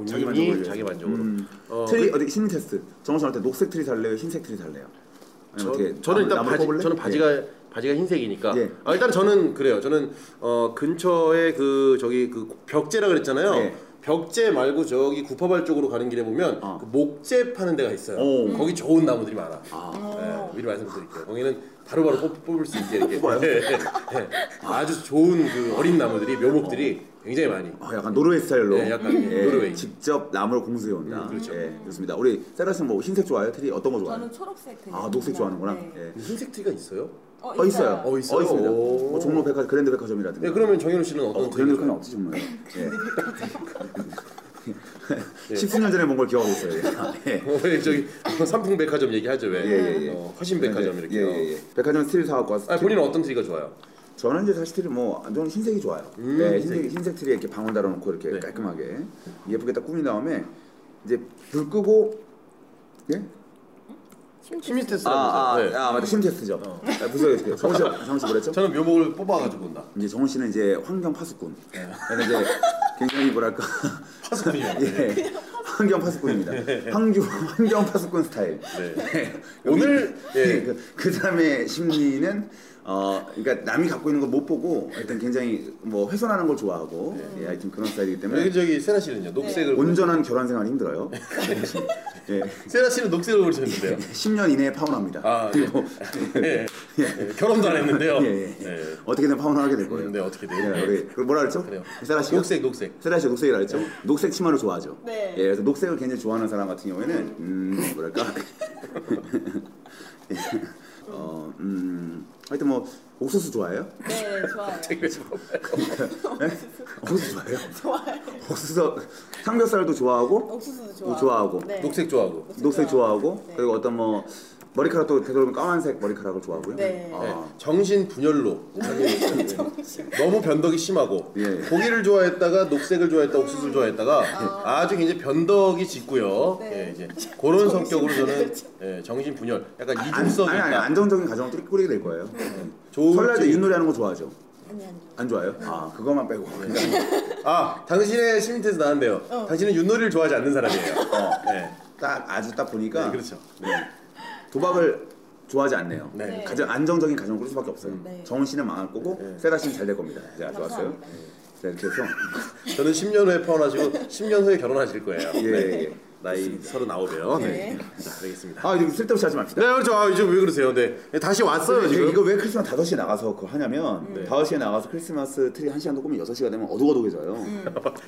자기
본인이
만족을
자기 만족으로.
음.
어,
트리 어디 심리 테스트. 정우 씨한테 녹색 트리 살래요? 흰색 트리 살래요? 아니면
저,
어떻게
저는 일단
나무
바지
뽑을래?
저는
예.
바지가 바지가 흰색이니까
예.
아, 일단 저는 그래요. 저는 어, 근처에 그 저기 그 벽제라 그랬잖아요.
예.
벽제 말고 저기 구파발 쪽으로 가는 길에 보면
어.
그 목재 파는 데가 있어요.
오.
거기 좋은 나무들이 많아.
아,
예, 미리 말씀드릴게요. 거기는 바로바로 뽑- 뽑을 수 있게 이렇게 예, 예, 예. 아주 좋은 그 어린 나무들이 묘목들이 굉장히 많이.
어, 약간 노르웨이 스타일로.
예, 약간 노르웨이.
직접 나무를 공수해 온다.
음, 그렇죠.
예, 좋습니다. 우리 세라 씨는 뭐 흰색 좋아해요? 트리 어떤 거 좋아해요?
저는 초록색 되게
아, 녹색 좋아하는구나.
네.
예.
흰색 트리가 있어요?
어 있어요.
어, 있어요?
있습니다.
오.
뭐 종로 백화 그랜드 백화점이라든가.
네, 그러면 정현우 씨는 어떤
어,
트리
그랜드 백화점
좋아해요?
없지 정말. 예. 10수년 전에 본 걸 기억하고 있어요. 예. 예.
어, 왜 저기 삼풍백화점 얘기하죠 왜?
예, 예, 예.
어, 허신 백화점 이렇게.
예, 예, 예. 백화점 스틸 사갖고 왔어요.
아, 본인은 어떤 트리가 좋아요?
저는 이제 사실 트리 뭐 저는 흰색이 좋아요. 네, 흰색 흰색 트리에 이렇게 네. 방울 달아놓고 이렇게 깔끔하게 예쁘게 딱 꾸민 다음에 이제 불 끄고 예?
심리 테스트.
아, 아,
네.
아, 맞다. 심 테스트죠. 아, 무서워요. 정훈 씨, 정훈 씨 뭐랬죠?
저는 묘목을 뽑아가지고 본다.
이제 정훈 씨는 이제 환경 파수꾼. 저는 이제 굉장히 뭐랄까
네. 파스콘이요. 네.
예, 환경 파수꾼입니다. 환경 환경 파수꾼 스타일. 네.
오늘 예.
그, 그 다음에 심리는 어 그러니까 남이 갖고 있는 걸 못 보고 하여튼 굉장히 뭐 훼손하는 걸 좋아하고 예, 하여튼 그런 스타일이기
네. 여기
때문에
저기 세라 씨는요. 녹색을
온전한 결혼 생활이 힘들어요. 예,
세라 씨는 녹색을 고르셨는데요.
10년 이내에 파혼합니다.
아, 네.
그리고
예. 예. 결혼도 안 했는데요.
예, 예, 예.
예.
어떻게든 파혼을 하게 될 거예요.
근데 어떻게 돼요?
예, 우리 그 뭐라 그랬죠?
네. 그래요.
세라 씨가
녹색 녹색.
세라 씨가 녹색이라 했죠? 녹색 치마를 좋아하죠.
네.
예, 그래서 녹색을 굉장히 좋아하는 사람 같은 경우에는 음, 뭐랄까. 예. 어, 음, 하여튼 뭐 옥수수 좋아해요?
네, 좋아요.
옥수수 좋아해요?
좋아요.
옥수수 삼겹살도 좋아하고
옥수수도 좋아하고.
뭐 좋아하고
네.
녹색 좋아하고.
녹색 좋아하고
네.
그리고 어떤 뭐 머리카락도 되도록이면 까만색 머리카락을 좋아하고요.
네.
아,
예. 정신 분열로 너무 변덕이 심하고
예.
고기를 좋아했다가 녹색을 좋아했다
음.
옥수수를 좋아했다가 아. 주 굉장히 변덕이 짙고요.
네.
예, 이제 그런
정신
성격으로 저는
분열.
예, 정신 분열, 약간
아니,
이중성이
아니, 아니,
있다.
안정적인 가정을 꾸- 꾸리게 될 거예요.
네.
네.
좋은
설날 때
집.
윷놀이 하는 거 좋아하죠?
아니 아니.
안 좋아요? 아 그거만 빼고
아 당신의 심리테스트 나왔네요. 당신은 윷놀이를 좋아하지 않는 사람이에요. 네.
어. 딱 아주 딱 보니까
네, 그렇죠.
도박을 좋아하지 않네요.
네.
네.
가장 안정적인 가정을 꾸릴 수밖에 없어요.
네.
정훈 씨는 망할 거고
네.
세라 씨는 잘 될 겁니다. 네, 자 좋았어요.
감사합니다. 네.
자 이렇게 해서
네. 저는 10년 후에 파혼하시고 10년 후에 결혼하실 거예요.
예,
네.
예.
나이 서른아홉이에요. 네.
네.
자, 알겠습니다.
아 이거 쓸데없이 하지 맙시다.
네, 그렇죠. 아, 이제 왜 그러세요? 네. 다시 왔어요,
근데
지금. 네.
이거 왜 크리스마스 5시에 나가서 그거 하냐면 5시에 나가서 크리스마스 트리 1시간도 꾸면 6시가 되면 어둑어둑해져요.
음.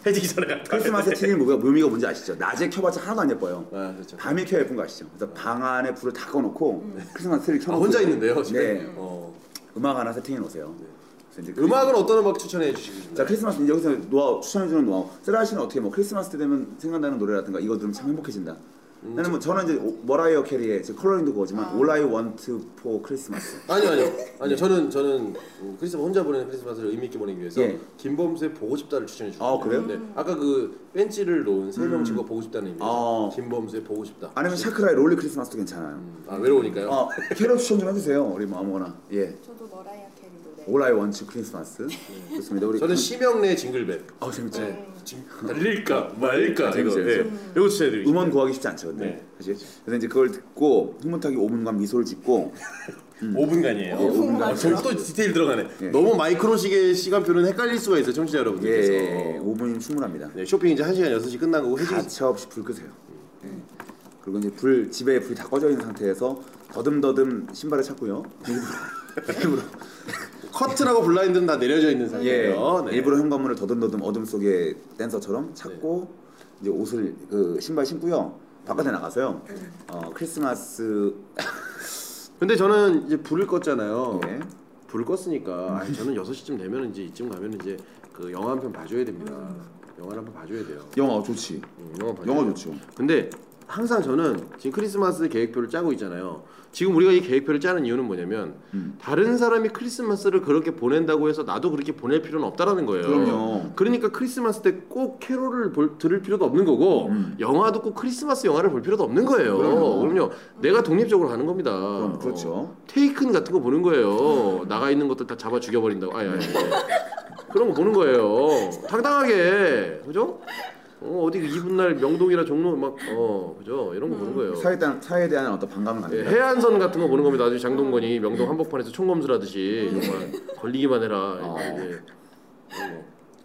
해지기 전에 갔다.
크리스마스 트리 묘미가 뭔지 아시죠? 낮에 켜봤자 하나도 안 예뻐요.
아, 그렇죠.
밤에 켜야 예쁜 거 아시죠? 그래서 방 안에 불을 다 꺼놓고
음.
크리스마스 트리
아,
켜놓고
혼자 있는데요, 집에.
네.
어.
음악 하나 세팅해 놓으세요. 그래서 이제
음악은 어떤 음악 추천해 주시겠습니까?
자 크리스마스 이제 여기서 노하우 추천해주는 노하우 세라 씨는 어떻게 뭐 크리스마스 때 되면 생각나는 노래라든가 이거 들으면 참 행복해진다
음.
나는 뭐 저는 이제 오- 머라이어 캐리의 제 컬러링도 그거지만 All I Want for Christmas.
아니요 아니요 아니요 저는 저는 음, 크리스마스 혼자 보내는 크리스마스를 의미 있게 보내기 위해서
예.
김범수의 보고 싶다를 추천해 주셨어요.
아, 그래요? 음.
네. 아까 그 벤치를 놓은 세명 친구 가 보고 싶다는 의미에서
아.
김범수의 보고 싶다.
아니면 샤크라의 롤리 크리스마스도 괜찮아요.
아 외로우니까요.
아 캐럿 추천 좀 해주세요. 우리 뭐 아무거나. 예.
저도 네. 머라이어 캐리 노래.
All I Want Christmas. 좋습니다. 우리
네. 저는 네.
강-
심형래 징글벨.
아 재밌죠.
지- 달릴까 말릴까 이거.
네, 재밌어요, 음.
예. 이거 추천해드리겠습니다.
음원 구하기 쉽지 않죠, 근데
네.
사실. 그래서 이제 그걸 듣고 흐뭇하게 5분간 미소를 짓고
5분간이에요. 음. 아, 저기 또 디테일 들어가네.
예.
너무 마이크로 시계 시간표는 헷갈릴 수가 있어요, 청취자 여러분들께서.
예, 5분이면 충분합니다.
네, 쇼핑 이제 1시간 6시 끝난 거고 회식
가차 없이 불 끄세요. 예. 그리고 이제 불 집에 불이 다 꺼져 있는 상태에서 더듬더듬 신발을 찾고요. 일부러 일부러
커트라고 블라인드는 다 내려져 있는
예,
상태예요. 네.
일부러 현관문을 더듬더듬 어둠 속의 댄서처럼 찾고 이제 옷을 그 신발 신고요. 바깥에 나가서요. 어 크리스마스
근데 저는 이제 불을 껐잖아요.
예.
불을 껐으니까 아니, 저는 6시쯤 되면 이제 이쯤 가면 이제 그 영화 한 편 봐줘야 됩니다. 영화 를 한 편 봐줘야 돼요.
영화 좋지.
음, 영화 봐줘야
영화
돼요.
좋죠.
근데 항상 저는 지금 크리스마스 계획표를 짜고 있잖아요. 지금 우리가 이 계획표를 짜는 이유는 뭐냐면 다른 사람이 크리스마스를 그렇게 보낸다고 해서 나도 그렇게 보낼 필요는 없다라는 거예요.
그럼요.
그러니까 크리스마스 때 꼭 캐롤을 볼- 들을 필요도 없는 거고 영화도 꼭 크리스마스 영화를 볼 필요도 없는 거예요.
음. 그럼요.
그럼요. 내가 독립적으로 하는 겁니다.
그럼, 그렇죠.
어, 테이큰 같은 거 보는 거예요. 나가 있는 것들 다 잡아 죽여버린다고. 아니 아니. 그런 거 보는 거예요. 당당하게 그죠? 어, 어디 이분날 명동이나 종로 막어 그죠? 이런 거 보는 거예요.
사회에 대한 사회에 대한 어떤 반감을
예,
갖는다.
해안선 같은 거 보는 겁니다. 아주 장동건이 명동 한복판에서 총검술하듯이
음.
정말 걸리기만 해라.
아.
이렇게.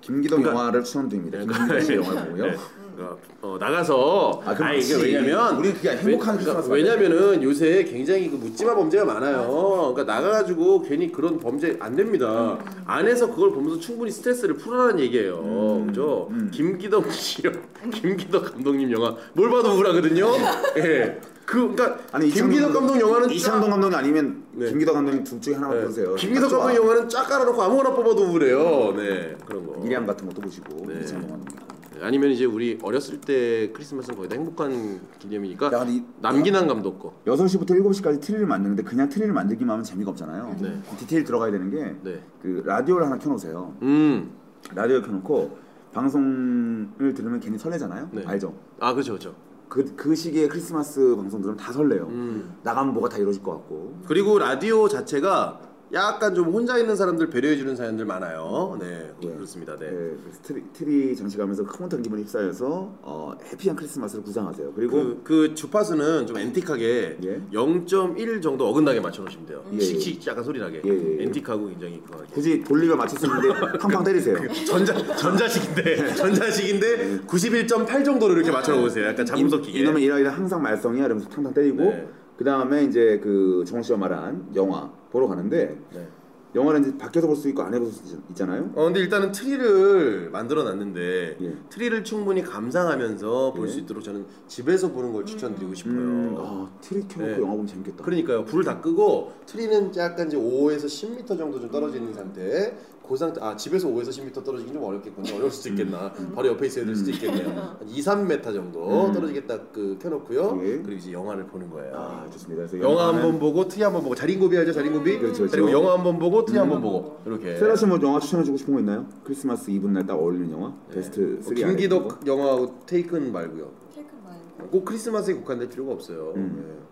김기동 영화를 추천 드립니다. 김기동 씨 영화를 보고요.
네. 그러니까, 어, 나가서
아, 그럼
아니, 이게
그렇지.
왜냐면 그러니까
우리 그게 행복한 크리스마스
왜냐면은 요새 굉장히 그 묻지마 범죄가 많아요. 그러니까 나가가지고 괜히 그런 범죄 안
음.
됩니다. 안에서 그걸 보면서 충분히 스트레스를 풀어라는 얘기예요.
음,
그죠? 김기덕 씨요, 김기덕 감독님 영화 뭘 봐도 우울하거든요. 예. 그 그러니까
아니
김기덕 감독 영화는
이창동 감독 아니면
네.
김기덕 감독님 둘 중에 하나만 보세요.
네. 김기덕
딱 좋아.
감독 영화는 쫙 깔아놓고 아무거나 뽑아도 우울해요. 네 그런 거.
미량 같은 것도 보시고
네.
이창동 감독님.
아니면 이제 우리 어렸을 때 크리스마스는 거의 다 행복한 기념이니까
야, 근데 이-
남기난 감독 거.
6시부터 7시까지 트리를 만드는데 그냥 트리를 만들기만 하면 재미가 없잖아요. 디테일 들어가야 되는 게
네.
그 라디오를 하나 켜놓으세요.
음.
라디오 켜놓고 방송을 들으면 괜히 설레잖아요. 알죠?
아 그렇죠 그렇죠.
그, 그 시기에 크리스마스 방송 들으면 다 설레요.
음.
나가면 뭐가 다 이루어질 것 같고.
음. 그리고 라디오 자체가 약간 좀 혼자 있는 사람들 배려해 주는 사연들 많아요. 네.
예.
그렇습니다.
네,
네.
그래서 트리, 트리 장식하면서 흐뭇한 기분이 휩싸여서 어, 해피한 크리스마스를 구상하세요. 그리고
그, 그 주파수는 좀 앤틱하게
예.
0.1 정도 어긋나게 맞춰 놓으시면 돼요.
예,
씩씩 약간 소리 나게.
예, 예, 예.
앤틱하고 굉장히 그하게
굳이 돌리가 맞췄었는데 팡팡 때리세요.
전자 전자식인데 전자식인데 91.8 정도로 이렇게 맞춰 놓으세요. 약간 잠금 섞이게.
이놈의 이라이는 항상 말썽이야 이러면서 탕탕 때리고
네.
그 다음에 이제 그 정원 씨가 말한 영화 보러 가는데
네.
영화는 이제 밖에서 볼 수 있고 안에 볼 수 있잖아요.
어 근데 일단은 트리를 만들어 놨는데
예.
트리를 충분히 감상하면서 볼 수 있도록 저는 집에서 보는 걸 추천드리고 싶어요.
음, 아 트리 켜놓고
네.
영화 보면 재밌겠다.
그러니까요. 불을 다 끄고 트리는 약간 이제 5에서 10m 정도 좀 떨어져 있는 상태. 그 상태 아 집에서 5에서 10m 떨어지긴 좀 어렵겠군요. 어려울
음.
수도 있겠나. 바로 옆에 있어야 될 수도 있겠네요. 한 2, 3m 정도 떨어지겠다 그 켜놓고요.
음. 예.
그리고 이제 영화를 보는 거예요.
아 좋습니다. 그래서
영화 한 번 보고 트리 한 번 보고 자린고비 알죠 자린고비
그렇죠, 음. 그렇죠.
리고 영화 한 번 보고 트리 한 번 보고 이렇게
세라 씨뭐 영화 추천해주고 싶은 거 있나요? 크리스마스 이브날 딱 어울리는 영화 베스트 3 안에 있는 거?
네. 뭐 김기덕 영화하고 테이큰 말고요
테이크 말고
꼭 크리스마스에 국한될 필요가 없어요
음.
예.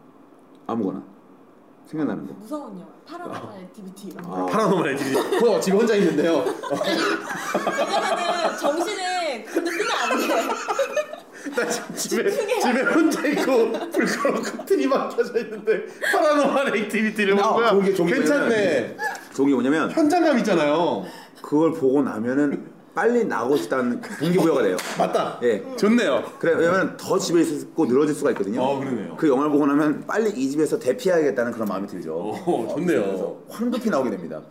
아무거나 생각나는 거.
무서운 영화 파라노말 액티비티 이런 거.
아,
파라노말 액티비티 그거 집에 혼자 있는데요
왜냐면은 정신에 근데 뜨면 안 돼.
나 지금 집에 집에 혼자 있고 불 켜놓고 틀이 막혀져 있는데 파라노말 액티비티를 본
아,
거야
그게 좀
괜찮네
종이 뭐냐면
현장감 있잖아요
그걸 보고 나면은 빨리 나고 싶다는 동기부여가 돼요.
맞다
예.
좋네요
그래 왜냐면 더 집에 있고 늘어질 수가 있거든요.
어, 그러네요.
그 영화를 보고 나면 빨리 이 집에서 대피해야겠다는 그런 마음이 들죠.
오 어, 좋네요
황급히 나오게 됩니다.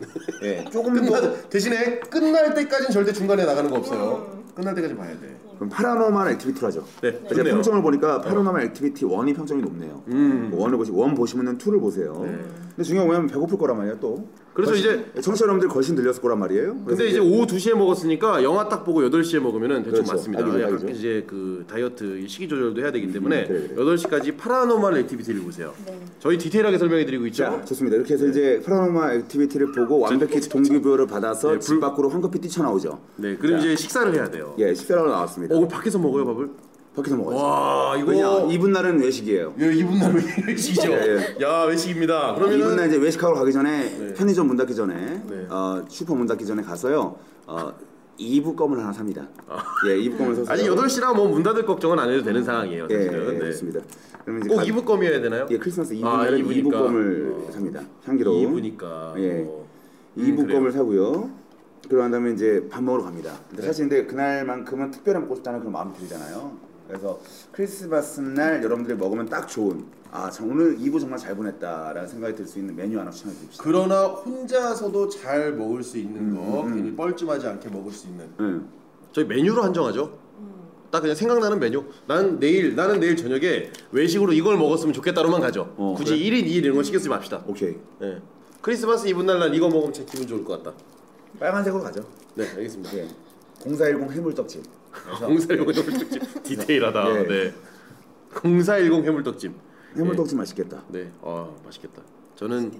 예, 조금 더
끝나 대신에 끝날 때까지는 절대 중간에 나가는 거 없어요 끝날 때까지 봐야 돼
그럼 파라노말 액티비티로 하죠.
네,
제가
좋네요.
평점을 보니까 파라노말 액티비티 1이
음.
뭐
네.
평점이 높네요. 1을 보시 원 보시면은 2를 보세요. 근데 중요한 건 뭐냐면 배고플 거란 말이에요 또.
그래서 이제
청취자 여러분들 걸신 들렸을 거란 말이에요. 그래서
근데 이제 오후 2시에 먹었으니까 영화 딱 보고 8시에 먹으면 대충
그렇죠.
맞습니다.
알겠죠,
약간
알겠죠.
이제 그 다이어트 이 식이 조절도 해야 되기 때문에
그래, 그래.
8시까지 파라노말 액티비티를 보세요.
네.
저희 디테일하게 설명해 드리고 있죠.
자, 아, 좋습니다. 이렇게 해서 이제 파라노마 액티비티를 보고 완벽히 동기부여를 받아서
예, 불-
집 밖으로 황급히 뛰쳐나오죠.
네. 그럼 이제 식사를 해야 돼요.
예, 식사하러 나왔습니다.
어, 그럼 밖에서 먹어요, 밥을?
밖에서 먹어요.
와,
왜냐,
이거
이분 날은 외식이에요.
예, 이분 날 외식이죠.
예,
야, 외식입니다.
이분 날
그러면은
이제 외식하러 가기 전에 편의점 문 닫기 전에
네.
어, 슈퍼 문 닫기 전에 가서요. 어, 이부 껌을 하나 삽니다. 예, 이부 껌을 사서
아. 아직 8시라 뭐 문 닫을 걱정은 안 해도 되는 상황이에요,
예,
사실은.
예,
네.
그렇습니다. 그러면 이제
꼭
가-
이부껌이어야 되나요?
예, 크리스마스 이브
아,
날은 이브
이브니까. 어.
껌을 삽니다. 향기로운
이부니까.
예.
뭐.
이부
그래요.
껌을 사고요. 그러고 난 다음에 이제 밥 먹으러 갑니다.
네.
근데 사실 근데 그날만큼은 특별히 먹고 싶다는 그런 마음이 들잖아요. 그래서 크리스마스 날 여러분들이 먹으면 딱 좋은 아, 참 오늘 2부 정말 잘 보냈다라는 생각이 들 수 있는 메뉴 하나 추천해 드립시다.
그러나 혼자서도 잘 먹을 수 있는 거 괜히 뻘쭘하지 않게 먹을 수 있는
응.
음, 저희 메뉴로 한정하죠. 딱 그냥 생각나는 메뉴. 난 내일 나는 내일 저녁에 외식으로 이걸 먹었으면 좋겠다로만 가죠.
어,
굳이
그래.
1인 2일 이런 거 신경 쓰지 맙시다.
오케이.
예. 크리스마스 이브 날난 이거 먹으면 제 기분 좋을 것 같다.
빨간색으로 가죠.
네, 알겠습니다.
예. 0410 해물떡집.
공사일공 해물떡집 디테일하다.
예.
네. 공사일공 해물떡집.
해물떡집 맛있겠다.
네. 네. 아 맛있겠다. 저는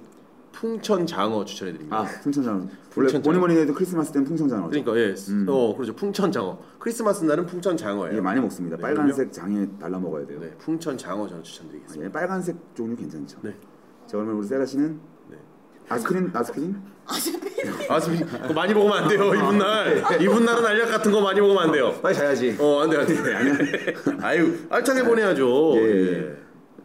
풍천 장어 추천해드립니다.
아, 풍천장. 원래
풍천장.
뭐니 뭐니 해도 크리스마스 때는 풍천장어죠.
그러니까 예,
음.
어 그렇죠. 풍천 장어. 크리스마스 날은 풍천 장어예요.
이게 많이 먹습니다.
네,
빨간색 장에 발라 먹어야 돼요.
네, 풍천 장어 저는 추천드리겠습니다.
예, 빨간색 종류 괜찮죠.
네.
자, 그러면 우리 세라 씨는
네.
아스크림 아스크림? 예.
아스미 그거 많이 먹으면 안
아.
돼요 이분 날 이분 날은 알약 같은 거 많이 먹으면 안 돼요
빨리 자야지.
어안돼 안돼 아유 알차게 보내야죠
예.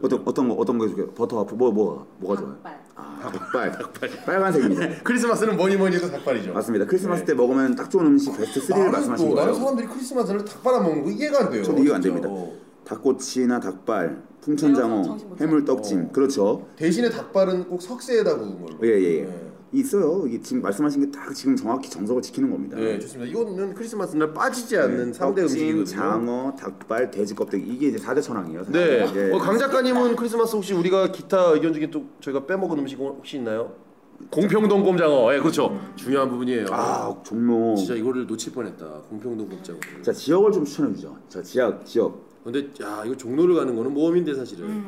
어떤 어떤 거 어떤 거 좋게 버터 와플 뭐 뭐가 뭐가 좋아요?
닭발.
아 닭발. 빨간색입니다.
크리스마스는 뭐니 뭐니 해도 닭발이죠
맞습니다. 크리스마스 때 먹으면 딱 좋은 음식 베스트
아,
3를
나는
뭐,
말씀하신
또 나는
거예요.
사람들이 크리스마스를 닭발 안 먹는 거 이해가 안 돼요
저도 이해가 안
진짜.
됩니다.
어.
닭꼬치나 닭발,
매워서 정신
네, 풍천장어,
못
해물떡찜 그렇죠.
대신에 닭발은 꼭 석쇠에다 구운 걸로
예예 예.
네.
있어요. 이게 지금 말씀하신 게 딱 지금 정확히 정석을 지키는 겁니다. 네.
네, 좋습니다 이거는 크리스마스 날 빠지지 않는 삼 3대
떡찜,
음식이거든요
장어, 닭발, 돼지 껍데기 이게 이제 4대 천왕이에요. 사실.
네.
예.
어, 강 작가님은 크리스마스 혹시 우리가 기타 의견 중에 또 저희가 빼먹은 음식 혹시 있나요? 공평동 꼼장어. 예, 그렇죠. 중요한 부분이에요.
아 종로.
진짜 이거를 놓칠 뻔했다. 공평동 꼼장어.
자 지역을 좀 추천해 주죠. 자 지역 지역
근데 야, 이거 종로를 가는 거는 모험인데 사실은.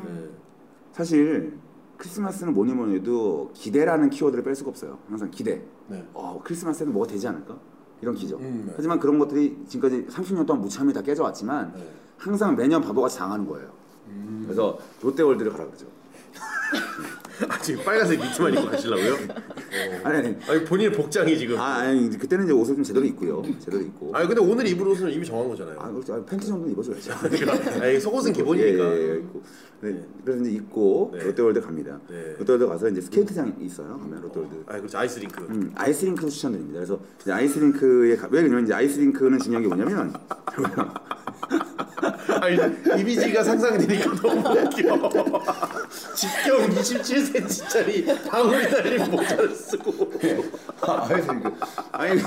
사실 크리스마스는 뭐니 뭐니 해도 기대라는 키워드를 뺄 수가 없어요. 항상 기대.
네.
어, 크리스마스에는 뭐가 되지 않을까? 이런 기죠.
음, 네.
하지만 그런 것들이 지금까지 30년 동안 무참히 다 깨져왔지만
네.
항상 매년 바보같이 당하는 거예요.
음.
그래서 롯데월드를 가라 그러죠.
네. 아, 지금 빨간색 니트만 입고 가시려고요? 네.
아니 아니.
아니, 본인의 복장이 지금.
아,
아,
아니 이제 그때는 이제 옷을 좀 제대로 입고요. 제대로 입고. 아,
근데 오늘 입을 옷은 이미 정한 거잖아요.
그렇죠. 아, 팬티 정도는 입어줘야죠.
그러니까 아니, 속옷은 기본이니까.
예, 예, 예, 입고. 네, 그래서 이제 입고
네.
롯데월드 갑니다.
네.
롯데월드 가서 이제 스케이트장이 있어요. 가면 롯데월드.
아, 그렇죠. 아이스링크.
음, 아이스링크도 추천드립니다. 그래서 이제 아이스링크에 가- 왜 그러냐면 이제 아이스링크는 중요한 게 뭐냐면
아니, 이미지가 상상되니까 너무 웃겨. 직경 27cm짜리 방울이 달린 모자를 쓰고.
아, 그, 아이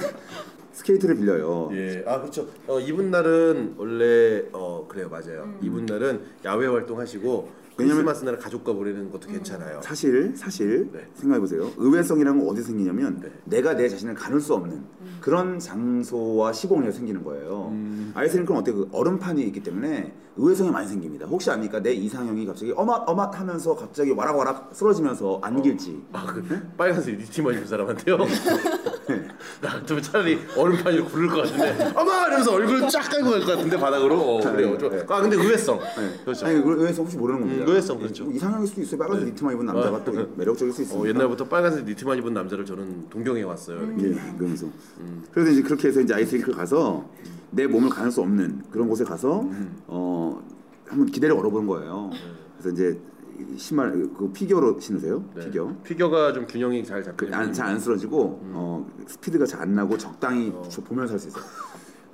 스케이트를 빌려요.
예, 아 그렇죠. 어, 이분 날은 원래 어 그래요, 맞아요. 이분 날은 야외 활동하시고
왜냐면-
크리스마스 날 가족과 보내는 것도 괜찮아요.
사실 사실
네.
생각해 보세요. 의외성이란 건 어디 생기냐면 내가 내 자신을 가눌 수 없는 그런 장소와 시공이 생기는 거예요.
음.
아이스링크는 어때 그 얼음판이 있기 때문에 의외성이 많이 생깁니다. 혹시 압니까 내 이상형이 갑자기 어맛 어맛 하면서 갑자기 와락와락 쓰러지면서 안길지.
아, 그 빨간색 니트만 입은 사람한테요.
네.
나 같으면 차라리 얼음판으로 구를 것 같은데, 어머! 이러면서 얼굴 쫙 깔고 갈 것 같은데 바닥으로. 어, 그래요. 좀-
네.
아 근데 의외성. 그렇죠.
아니 그 의외성 혹시 모르는 겁니다.
음, 의외성, 그렇죠. 네.
이상형일 수도 있어요. 빨간색 니트만 입은 남자가 또 매력적일 수
어,
있습니다.
옛날부터 빨간색 니트만 입은 남자를 저는 동경해 왔어요.
예, 그러면서 그래서 이제 그렇게 해서 이제 아이스링크를 가서 내 몸을 가눌 수 없는 그런 곳에 가서 어 한번 기대를 걸어보는 거예요. 그래서 이제 신발 그 피겨로 신으세요?
네.
피겨.
피겨가 좀 균형이 잘 잡혀.
그 안 잘 안 쓰러지고
음.
어 스피드가 잘 안 나고 적당히
어.
조- 보면서 할 수 있어요.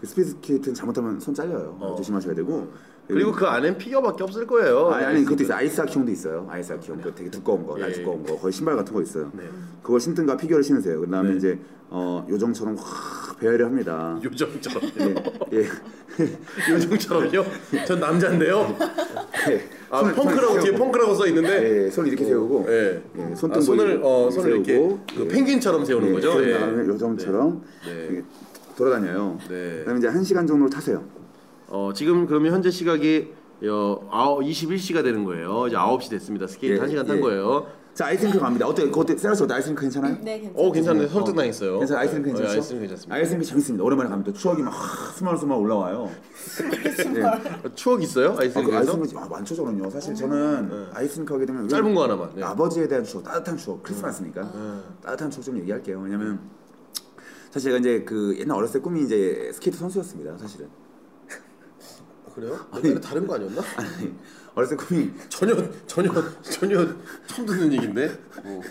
그 스피드 스케이트는 잘못하면 손 잘려요.
어.
조심하셔야 되고.
그리고 그 안엔 피겨밖에 없을 거예요.
아니, 아니 그것도 있어요. 아이스 하키용도 있어요. 아이스 하키용 그 되게 두꺼운 거, 날
네. 예,
두꺼운 거, 거의 신발 같은 거 있어요.
네.
그걸 신든가 피겨를 신으세요. 그다음에
네.
이제 어 요정처럼 확 배회를 합니다.
요정처럼.
예, 예.
요정처럼요? 전 남자인데요.
이렇게
아
예. 손을-
펑크라고
손을
뒤에
세우고.
펑크라고 써 있는데
예, 예, 손을 이렇게 세우고
예.
예,
아,
손등보이
손을 어 손을 이렇게
세우고,
그
예.
펭귄처럼 세우는
예,
거죠.
세운
예.
다음에 요정처럼
네.
이렇게 돌아다녀요.
네.
그다음에 이제 한 시간 정도 타세요.
어 지금 그러면 현재 시각이 어, 아홉 21시가 되는 거예요. 이제 9시 됐습니다. 스케이트
예,
1시간 탄
예.
거예요.
자 아이스링크 갑니다. 어때? 어때? 세라 씨 어때? 아이스링크 괜찮아요?
네, 괜찮아요.
오 어, 괜찮네. 설득당했어요.
괜찮아 아이스링크 괜찮죠?
어, 아이스링크 괜찮습니다.
아이스링크 재밌습니다. 오랜만에 갑니다. 추억이 막 스멀스멀 올라와요.
어, 추억 있어요?
아, 그
아이스링크에서? 네.
아이스링크 아, 많죠 저는요. 사실 저는 아이스링크 하게 되면
짧은 거 네. 하나만. 네.
아버지에 대한 추억, 따뜻한 추억, 크리스마스니까
네. 아,
따뜻한 추억 좀 얘기할게요. 왜냐면 사실 제가 이제 그 옛날 어렸을 때 꿈이 이제 스케이트 선수였습니다. 사실은
그래요? 옛날에 다른 거 아니었나?
아니, 어렸을 때 꿈이
전혀 전혀 전혀 처음 듣는 얘기인데. 뭐.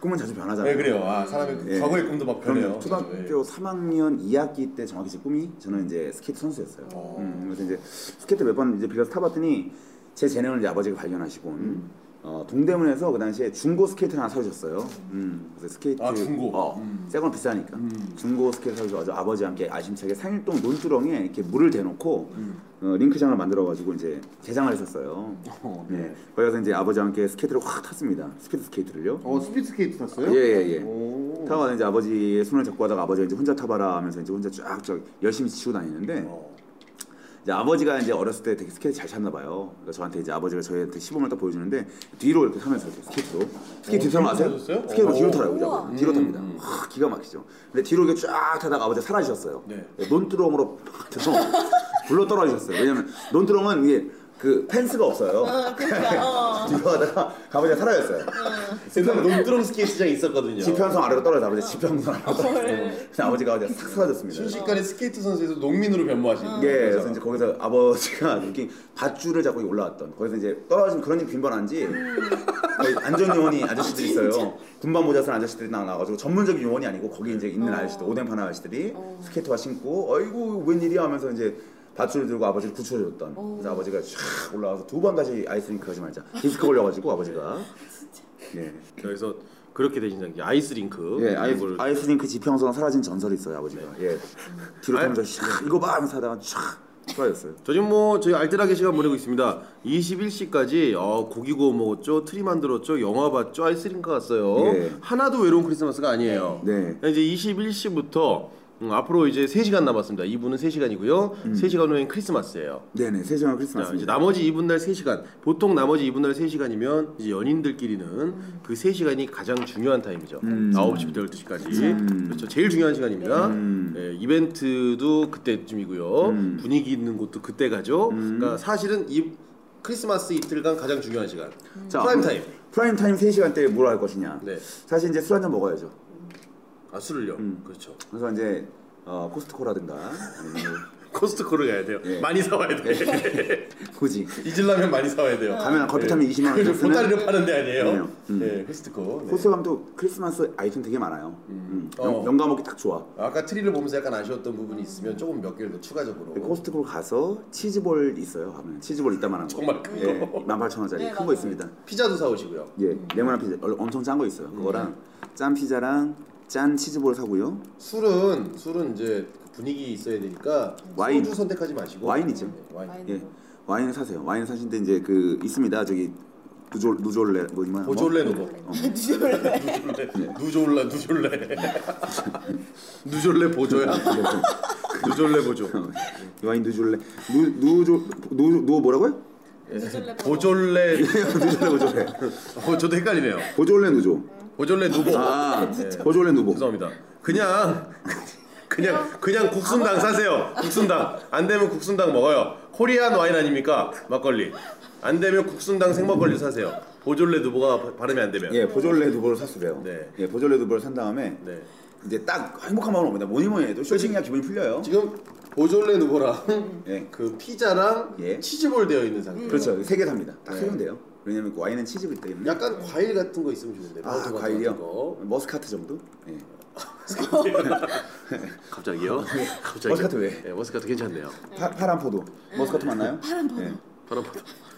꿈은 자주 변하잖아요.
네 그래요. 아 사람의
예.
과거의 꿈도 막 변해요. 네.
그럼요. 초등학교 3학년 2학기 때 정확히 제 꿈이 저는 이제 스케이트 선수였어요. 음, 그래서 이제 스케이트 몇 번 이제 빌려서 타봤더니 제 재능을 이제 아버지가 발견하시고 음, 어, 동대문에서 그 당시에 중고 스케이트를 하나 사주셨어요. 음, 그래서 스케이트
아, 중고.
어,
음.
새건 비싸니까 중고 스케이트 사주셔서 아버지와 함께 아심차게 상일동 논두렁에 이렇게 물을 대놓고
음.
어, 링크장을 만들어가지고 이제 개장을 했었어요.
어,
네. 거기 가서 이제 아버지와 함께 스케이트를 확 탔습니다. 스피드 스케이트를요.
어 스피드 스케이트 탔어요?
예예예.
오.
타고 가서 이제 아버지의 손을 잡고 하다가 아버지가 이제 혼자 타봐라 하면서 이제 혼자 쫙쫙 열심히 치고 다니는데
어.
이제 아버지가 이제 어렸을 때 되게 스케이트 잘 탔나 봐요. 그러니까 저한테 이제 아버지가 저희한테 시범을 딱 보여주는데 뒤로 이렇게 타면서 이렇게 스케이트로 스케이트
어,
뒤로 타는
뒤로
거 아세요? 음.
타셨어요?
스케이트 뒤로
오.
타라고 그죠?
우와.
뒤로 탑니다. 하, 기가 막히죠. 근데 뒤로 이렇게 쫙 타다가 아버지가 사라지셨어요.
네.
논두렁으로 팍 돼서 굴러 떨어지셨어요. 왜냐면 논두렁은 이게 그 펜스가 없어요.
어, 그러니까 어.
뒤로 하다가 아버지가 사라졌어요.
옛날에 논두렁 스케이트장이 있었거든요. 네.
지평선 아래로 떨어져 아버지 지평선 아래로 떨어졌어요.
네.
그래서 아버지가 그냥 싹 사라졌습니다.
순식간에 스케이트 선수에서 농민으로 변모하신
예, 그래서 이제 거기서 아버지가 이렇게 밧줄을 잡고 올라왔던 거기서 이제 떨어진 그런 일 빈번한지 거기 안전요원이 아저씨들이 있어요 군밤 모자 쓴 아저씨들이 나와가지고 전문적인 요원이 아니고 거기 이제
어.
있는 아저씨들 오뎅판 아저씨들이 스케이트화 신고 어이구 웬일이야 하면서 이제 밧줄을 들고 아버지를
어.
구출해줬던 그래서 아버지가 쫙 올라와서 두 번 다시 아이스링크 하지 말자 디스크 걸려가지고 아버지가 예,
여기서 그렇게 되신 적이 아이스링크.
예 아이,
이걸-
아이스링크 지평선 사라진 전설이 있어요 아버지가 예 뒤로 타면서 샥 이거 봐 하면서 하다가 쫙 사라졌어요
저 지금 뭐 저희 알뜰하게 시간 보내고 있습니다. 21시까지 어, 고기 구워 먹었죠, 트리 만들었죠, 영화 봤죠, 아이스링크 갔어요.
예.
하나도 외로운 크리스마스가 아니에요.
네.
이제 21시부터 음, 앞으로 이제 3시간 남았습니다. 2부는 3시간이고요.
음.
3시간 후엔 크리스마스예요.
네네 세종한
자, 이제
크리스마스입니다
나머지 2분 날 3시간. 보통 나머지 2분 날 3시간이면 이제 연인들끼리는
음.
그 3시간이 가장 중요한 타임이죠. 9시부터 12시까지.
음.
그렇죠. 제일 중요한 시간입니다. 예, 이벤트도 그때쯤이고요.
음.
분위기 있는 곳도 그때 가죠. 그러니까 사실은 이 크리스마스 이틀간 가장 중요한 시간.
자,
프라임 타임.
프라임 타임 3시간 때에 뭘 할 것이냐.
네.
사실 이제 술 한 잔 먹어야죠.
아, 술을요.
음.
그렇죠.
그래서 이제 어, 코스트코라든가 아니면
코스트코를 가야 돼요.
예.
많이 사와야 돼.
굳이
잊으려면 많이 사와야 돼요.
가면
예.
커피 타면 20만 원
그리고
쓰는
보따리를 파는 데 아니에요?
아니에요. 음.
네, 코스트코. 네.
코스트 감도 크리스마스 아이템 되게 많아요. 음. 영,
어.
영감 먹기 딱 좋아.
아까 트리를 보면서 약간 아쉬웠던 부분이 있으면 조금 몇 개를 더 추가적으로.
그 코스트코 가서 치즈볼 있어요. 가면 치즈볼 이따만한 거.
정말 큰
예,
거.
18,000원짜리
네,
큰 거
맞아요.
있습니다.
피자도 사오시고요.
예, 레몬한 피자 얼- 엄청 짠 거 있어요. 그거랑 짠 피자랑 짠 치즈볼 사고요.
술은 술은 이제 그 분위기 있어야 되니까
와인.
소주 선택하지 마시고
와인 있죠.
네, 와인.
많이
예,
먹어.
와인 사세요. 와인 사신데 이제 그 있습니다. 저기 누졸 누졸레 뭐 뭐야? 뭐?
보졸레 노버.
누졸레.
누졸라 누졸레. 누졸레 보조야.
뭐?
누졸레 보조.
네, 와인 누졸레 누누누누 뭐라고요?
누졸레.
보졸레.
누졸레 보졸레
어, 저도 헷갈리네요.
보졸레 누조
보졸레 누보.
아 보졸레 누보
네. 죄송합니다. 그냥 그냥 그냥 국순당 사세요. 국순당 안 되면 국순당 먹어요. 코리안 와인 아닙니까 막걸리. 안 되면 국순당 생막걸리 사세요. 보졸레 누보가 바- 발음이 안 되면.
예 보졸레 누보를 샀어요.
네.
예 보졸레 누보를 산 다음에
네.
이제 딱 행복한 마음으로 옵니다. 뭐니 뭐니 해도 쇼핑이야 기분이 풀려요.
지금 보졸레 누보랑
예
그 피자랑
예.
치즈볼 되어 있는 상태.
그렇죠 세 개 삽니다.
네.
딱 세면 돼요. 왜냐면 그 와인은 치즈이기 때문에
약간 과일 같은 거 있으면 좋은데.
아
파우더 같은
과일이요
거.
머스카트 정도 예.
갑자기요? 갑자기.
머스카트 왜?
아, 네.
예, 머스카트 괜찮네요.
파, 파란 포도 머스카트 맞나요? 예. 파란 포도
파란포도,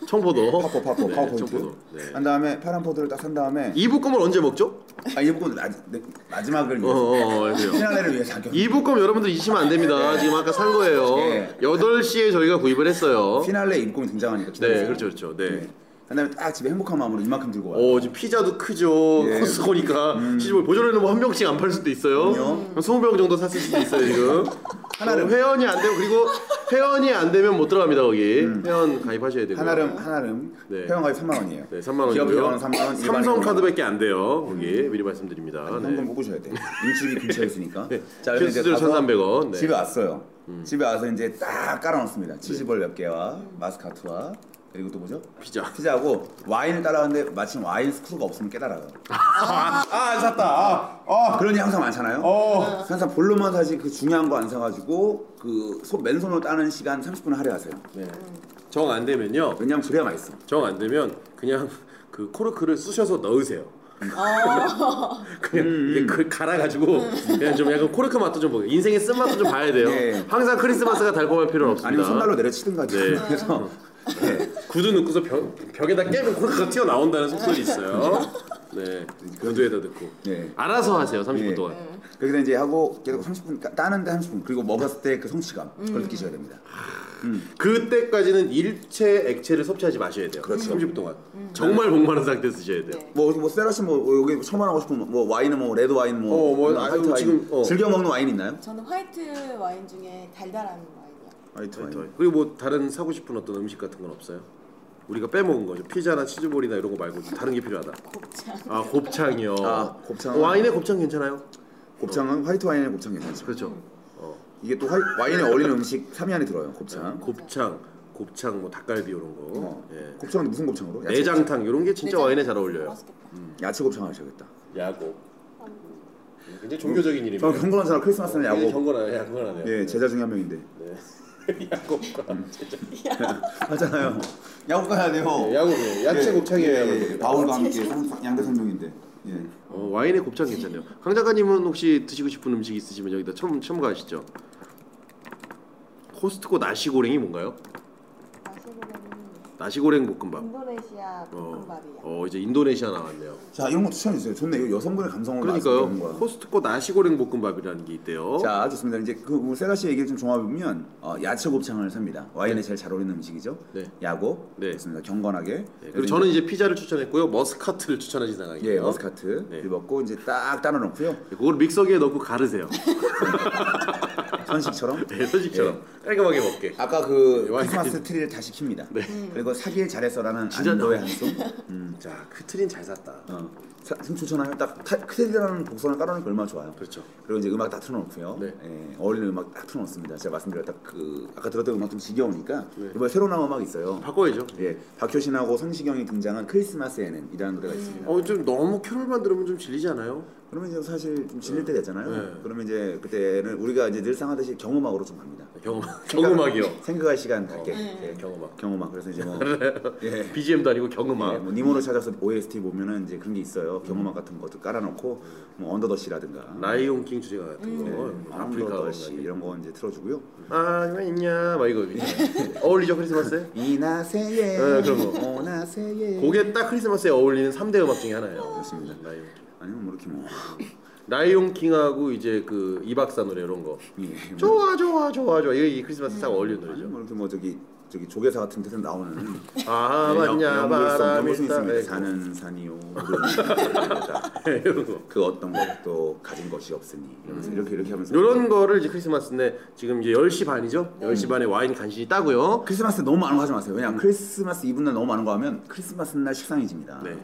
청포도,
파포 파포
네,
파워포인트
청포도. 네.
한 다음에 파란 포도를 딱 산 다음에
이부 껌을 언제 먹죠?
아이 부분 마- 네, 마지막을
예.
위해서
어, 어, 어, 알죠.
피날레를 위해 자격
이부 껌 여러분들 잊으시면 안 됩니다. 지금 아까 산 거예요.
네.
8시에 저희가 구입을 했어요.
피날레 입고 등장하니까
네,
기다리세요.
그렇죠, 그렇죠. 네.
한 다음에 딱 집에 행복한 마음으로 이만큼 들고 와요
오, 지금 피자도 크죠.
예.
코스코니까 시집을 보존해는 뭐한 병씩 안 팔 수도 있어요.
그럼요.
한 20병 정도 샀을 수도 있어요, 지금.
하나를-
어, 회원이 안 되고 그리고 회원이 안 되면 못 들어갑니다, 거기.
음.
회원 가입하셔야 되고요.
한아름 한아름
네.
회원가입 3만 원이에요
네, 3만 원이고요.
기업 회원은 3만 원 일반
삼성
회원은
카드밖에 안 돼요. 거기 미리 말씀드립니다. 네.
현금 묶으셔야 돼 인출이 근처에 있으니까 자 그래서 이제
실수들
가서
1,300원. 네.
집에 왔어요 집에 와서 이제 딱 깔아놓습니다 치즈볼
네.
몇 개와 마스카트와 그리고 또 뭐죠?
피자.
피자하고 와인을 따라왔는데 마침 와인 스크루가 없으면 깨달아요. 아, 안 샀다. 아, 아. 그런 일 항상 많잖아요.
어.
항상 볼로만 사지 그 중요한 거 안 사가지고 그 손, 맨손으로 따는 시간 30분 할애하세요.
정 안 되면요.
왜냐면 그래야 맛있어.
정 안 되면 그냥 그 코르크를 쑤셔서 넣으세요. 그냥
음,
이게 그 갈아가지고 그냥 좀 약간 코르크 맛도 좀 보게 인생의 쓴맛도 좀 봐야 돼요.
네.
항상 크리스마스가 달콤할 필요는 없습니다.
아니면 손발로 내려치든가.
네.
그래서 네.
구두 넣고서 벽, 벽에다 깨면 코르크가 튀어 나온다는 속설이 있어요. 네, 구두에다 넣고
네.
알아서 하세요. 30분
네.
동안.
거기서 이제 하고 계속 30분 따- 따는데 30분 그리고 먹었을 때 그 성취감
음.
그걸 느끼셔야 됩니다.
그때까지는 일체 액체를 섭취하지 마셔야 돼요. 그렇죠. 30분 동안
음.
정말 목마른 상태에서 드셔야 돼요.
뭐뭐 세라씨 뭐 여기 첨언하고 싶은 뭐 와인은 뭐 레드 와인 뭐,
어, 뭐,
화이트
아유,
와인
지금, 어.
즐겨 먹는 와인 있나요?
저는 화이트 와인 중에 달달한 와인이요.
화이트 와인.
그리고 뭐 다른 사고 싶은 어떤 음식 같은 건 없어요? 우리가 빼먹은 거죠. 피자나 치즈볼이나 이런 거 말고 좀 다른 게 필요하다.
곱창.
아 곱창이요.
아, 곱창은-
와인에 곱창 괜찮아요?
곱창은 화이트 와인에 곱창 괜찮죠.
그렇죠. 어,
이게 또 화- 와인에 어울리는 음식 3위 안에 들어요. 곱창.
네. 곱창, 곱창 뭐 닭갈비 이런 거.
어.
예.
곱창은 무슨 곱창으로? 야채
내장탕 이런 게 진짜
내장.
와인에 잘 어울려요.
맛있겠다.
곱창. 야채 곱창 하셔야겠다.
야곱. 굉장히 종교적인
음. 저
일입니다.
경건한 사람 크리스마스는
굉장히
야곱.
어, 경건하네요. 야곱하네요.
예, 제자 중에 한 명인데. 음.
야곱과
맞잖아요. 야곱 가야 돼요.
야구예요. 야채 곱창이에요. 야구.
바울과 함께 상- 양대 성명인데. 예.
어, 와인에 곱창 괜찮네요. 강 작가님은 혹시 드시고 싶은 음식 있으시면 여기다 첨, 첨가하시죠. 코스트코 나시고랭이 뭔가요?
마시고는
나시고랭 볶음밥.
인도네시아
어,
볶음밥이요.
어 이제 인도네시아 나왔네요.
자, 이런 거 추천해 주세요. 좋네. 이거 여성분의 감성을 맛있게
그러니까요.
보는 거야.
코스트코 나시고랭 볶음밥이라는 게 있대요.
자, 좋습니다. 이제 그 우리 세라 씨 얘기를 좀 종합해 보면 어, 야채 곱창을 삽니다. 와인에 제일 잘 어울리는 음식이죠.
네.
야곱.
네.
좋습니다. 경건하게.
네, 그리고 저는 이제 피자를 추천했고요. 머스카트를 추천하신 상황이에요.
예, 머스카트
네.
를 먹고 이제 딱 따라 놓고요.
그걸 믹서기에 넣고 가르세요.
선식처럼.
네, 솔직처럼
예.
깔끔하게 먹게.
아까 그
와인
크리스마스 트리를 다시 킵니다. 그리고 사길 잘했어라는
진짜
안도의
네. 나와.
한숨.
자, 그 트린 잘 샀다.
음, 어. 승추천하면 딱 타- 트리라는 복선을 깔아놓으니까 얼마나 좋아요.
그렇죠.
그리고 이제 음악 딱 틀어놓고요.
네.
예, 어울리는 음악 딱 틀어놓습니다. 제가 말씀드렸다 그 아까 들었던 음악 좀 지겨우니까
네.
이번에 새로 나온 음악 이 있어요.
바꿔야죠.
예, 박효신하고 성시경이 등장한 크리스마스에는 이라는 노래가 있습니다.
어, 좀 너무 캐롤만 들으면 좀 질리지 않아요?
그러면 이제 사실 좀 질릴 때 됐잖아요.
네.
그러면 이제 그때는 우리가 이제 늘상 하듯이 경음악으로 좀 갑니다.
경음, 경음악이요.
생각할 시간 갖게.
네.
예,
경음악.
경음악. 그래서 이제 뭐 예.
BGM도 아니고
네,
경음악.
뭐 니모를 찾아서 OST 보면은 이제 그런 게 있어요. 경험학 같은 것도 깔아놓고 뭐 언더더시라든가 네,
라이온킹 주제가
음.
같은 거. 아프리카
언더더시 이런 거 이제 틀어주고요.
아, 왜 있냐? 막 이거.
예.
어울리죠, 크리스마스에?
이나세예
네, 그런 거.
오나세예
그게 딱 크리스마스에 어울리는 3대 음악 중에 하나예요.
맞습니다.
라이온.
아니면 뭐 이렇게 뭐
라이온킹하고 이제 그 이박사 노래 이런 거.
예, 뭐,
좋아 좋아 좋아 좋아 이게 이 크리스마스 딱 어울리는
아니면
노래죠.
뭐 이렇게 뭐 저기 저기 조개사 같은 데서 나오는
아
예, 영-
맞냐 바람이 네.
영물성 있습니다.
따
사는 산이요. 모르는
이런 거.
그 어떤 것도 가진 것이 없으니 이러면서 이렇게 이렇게 하면서
이런 거를 이제 크리스마스인데 지금 이제 10시 반이죠?
네.
10시 반에 와인 간신히 따고요.
크리스마스 너무 많은 거 하지 마세요.
음.
그냥 크리스마스 이브날 너무 많은 거 하면 크리스마스 날 식상해집니다.
네.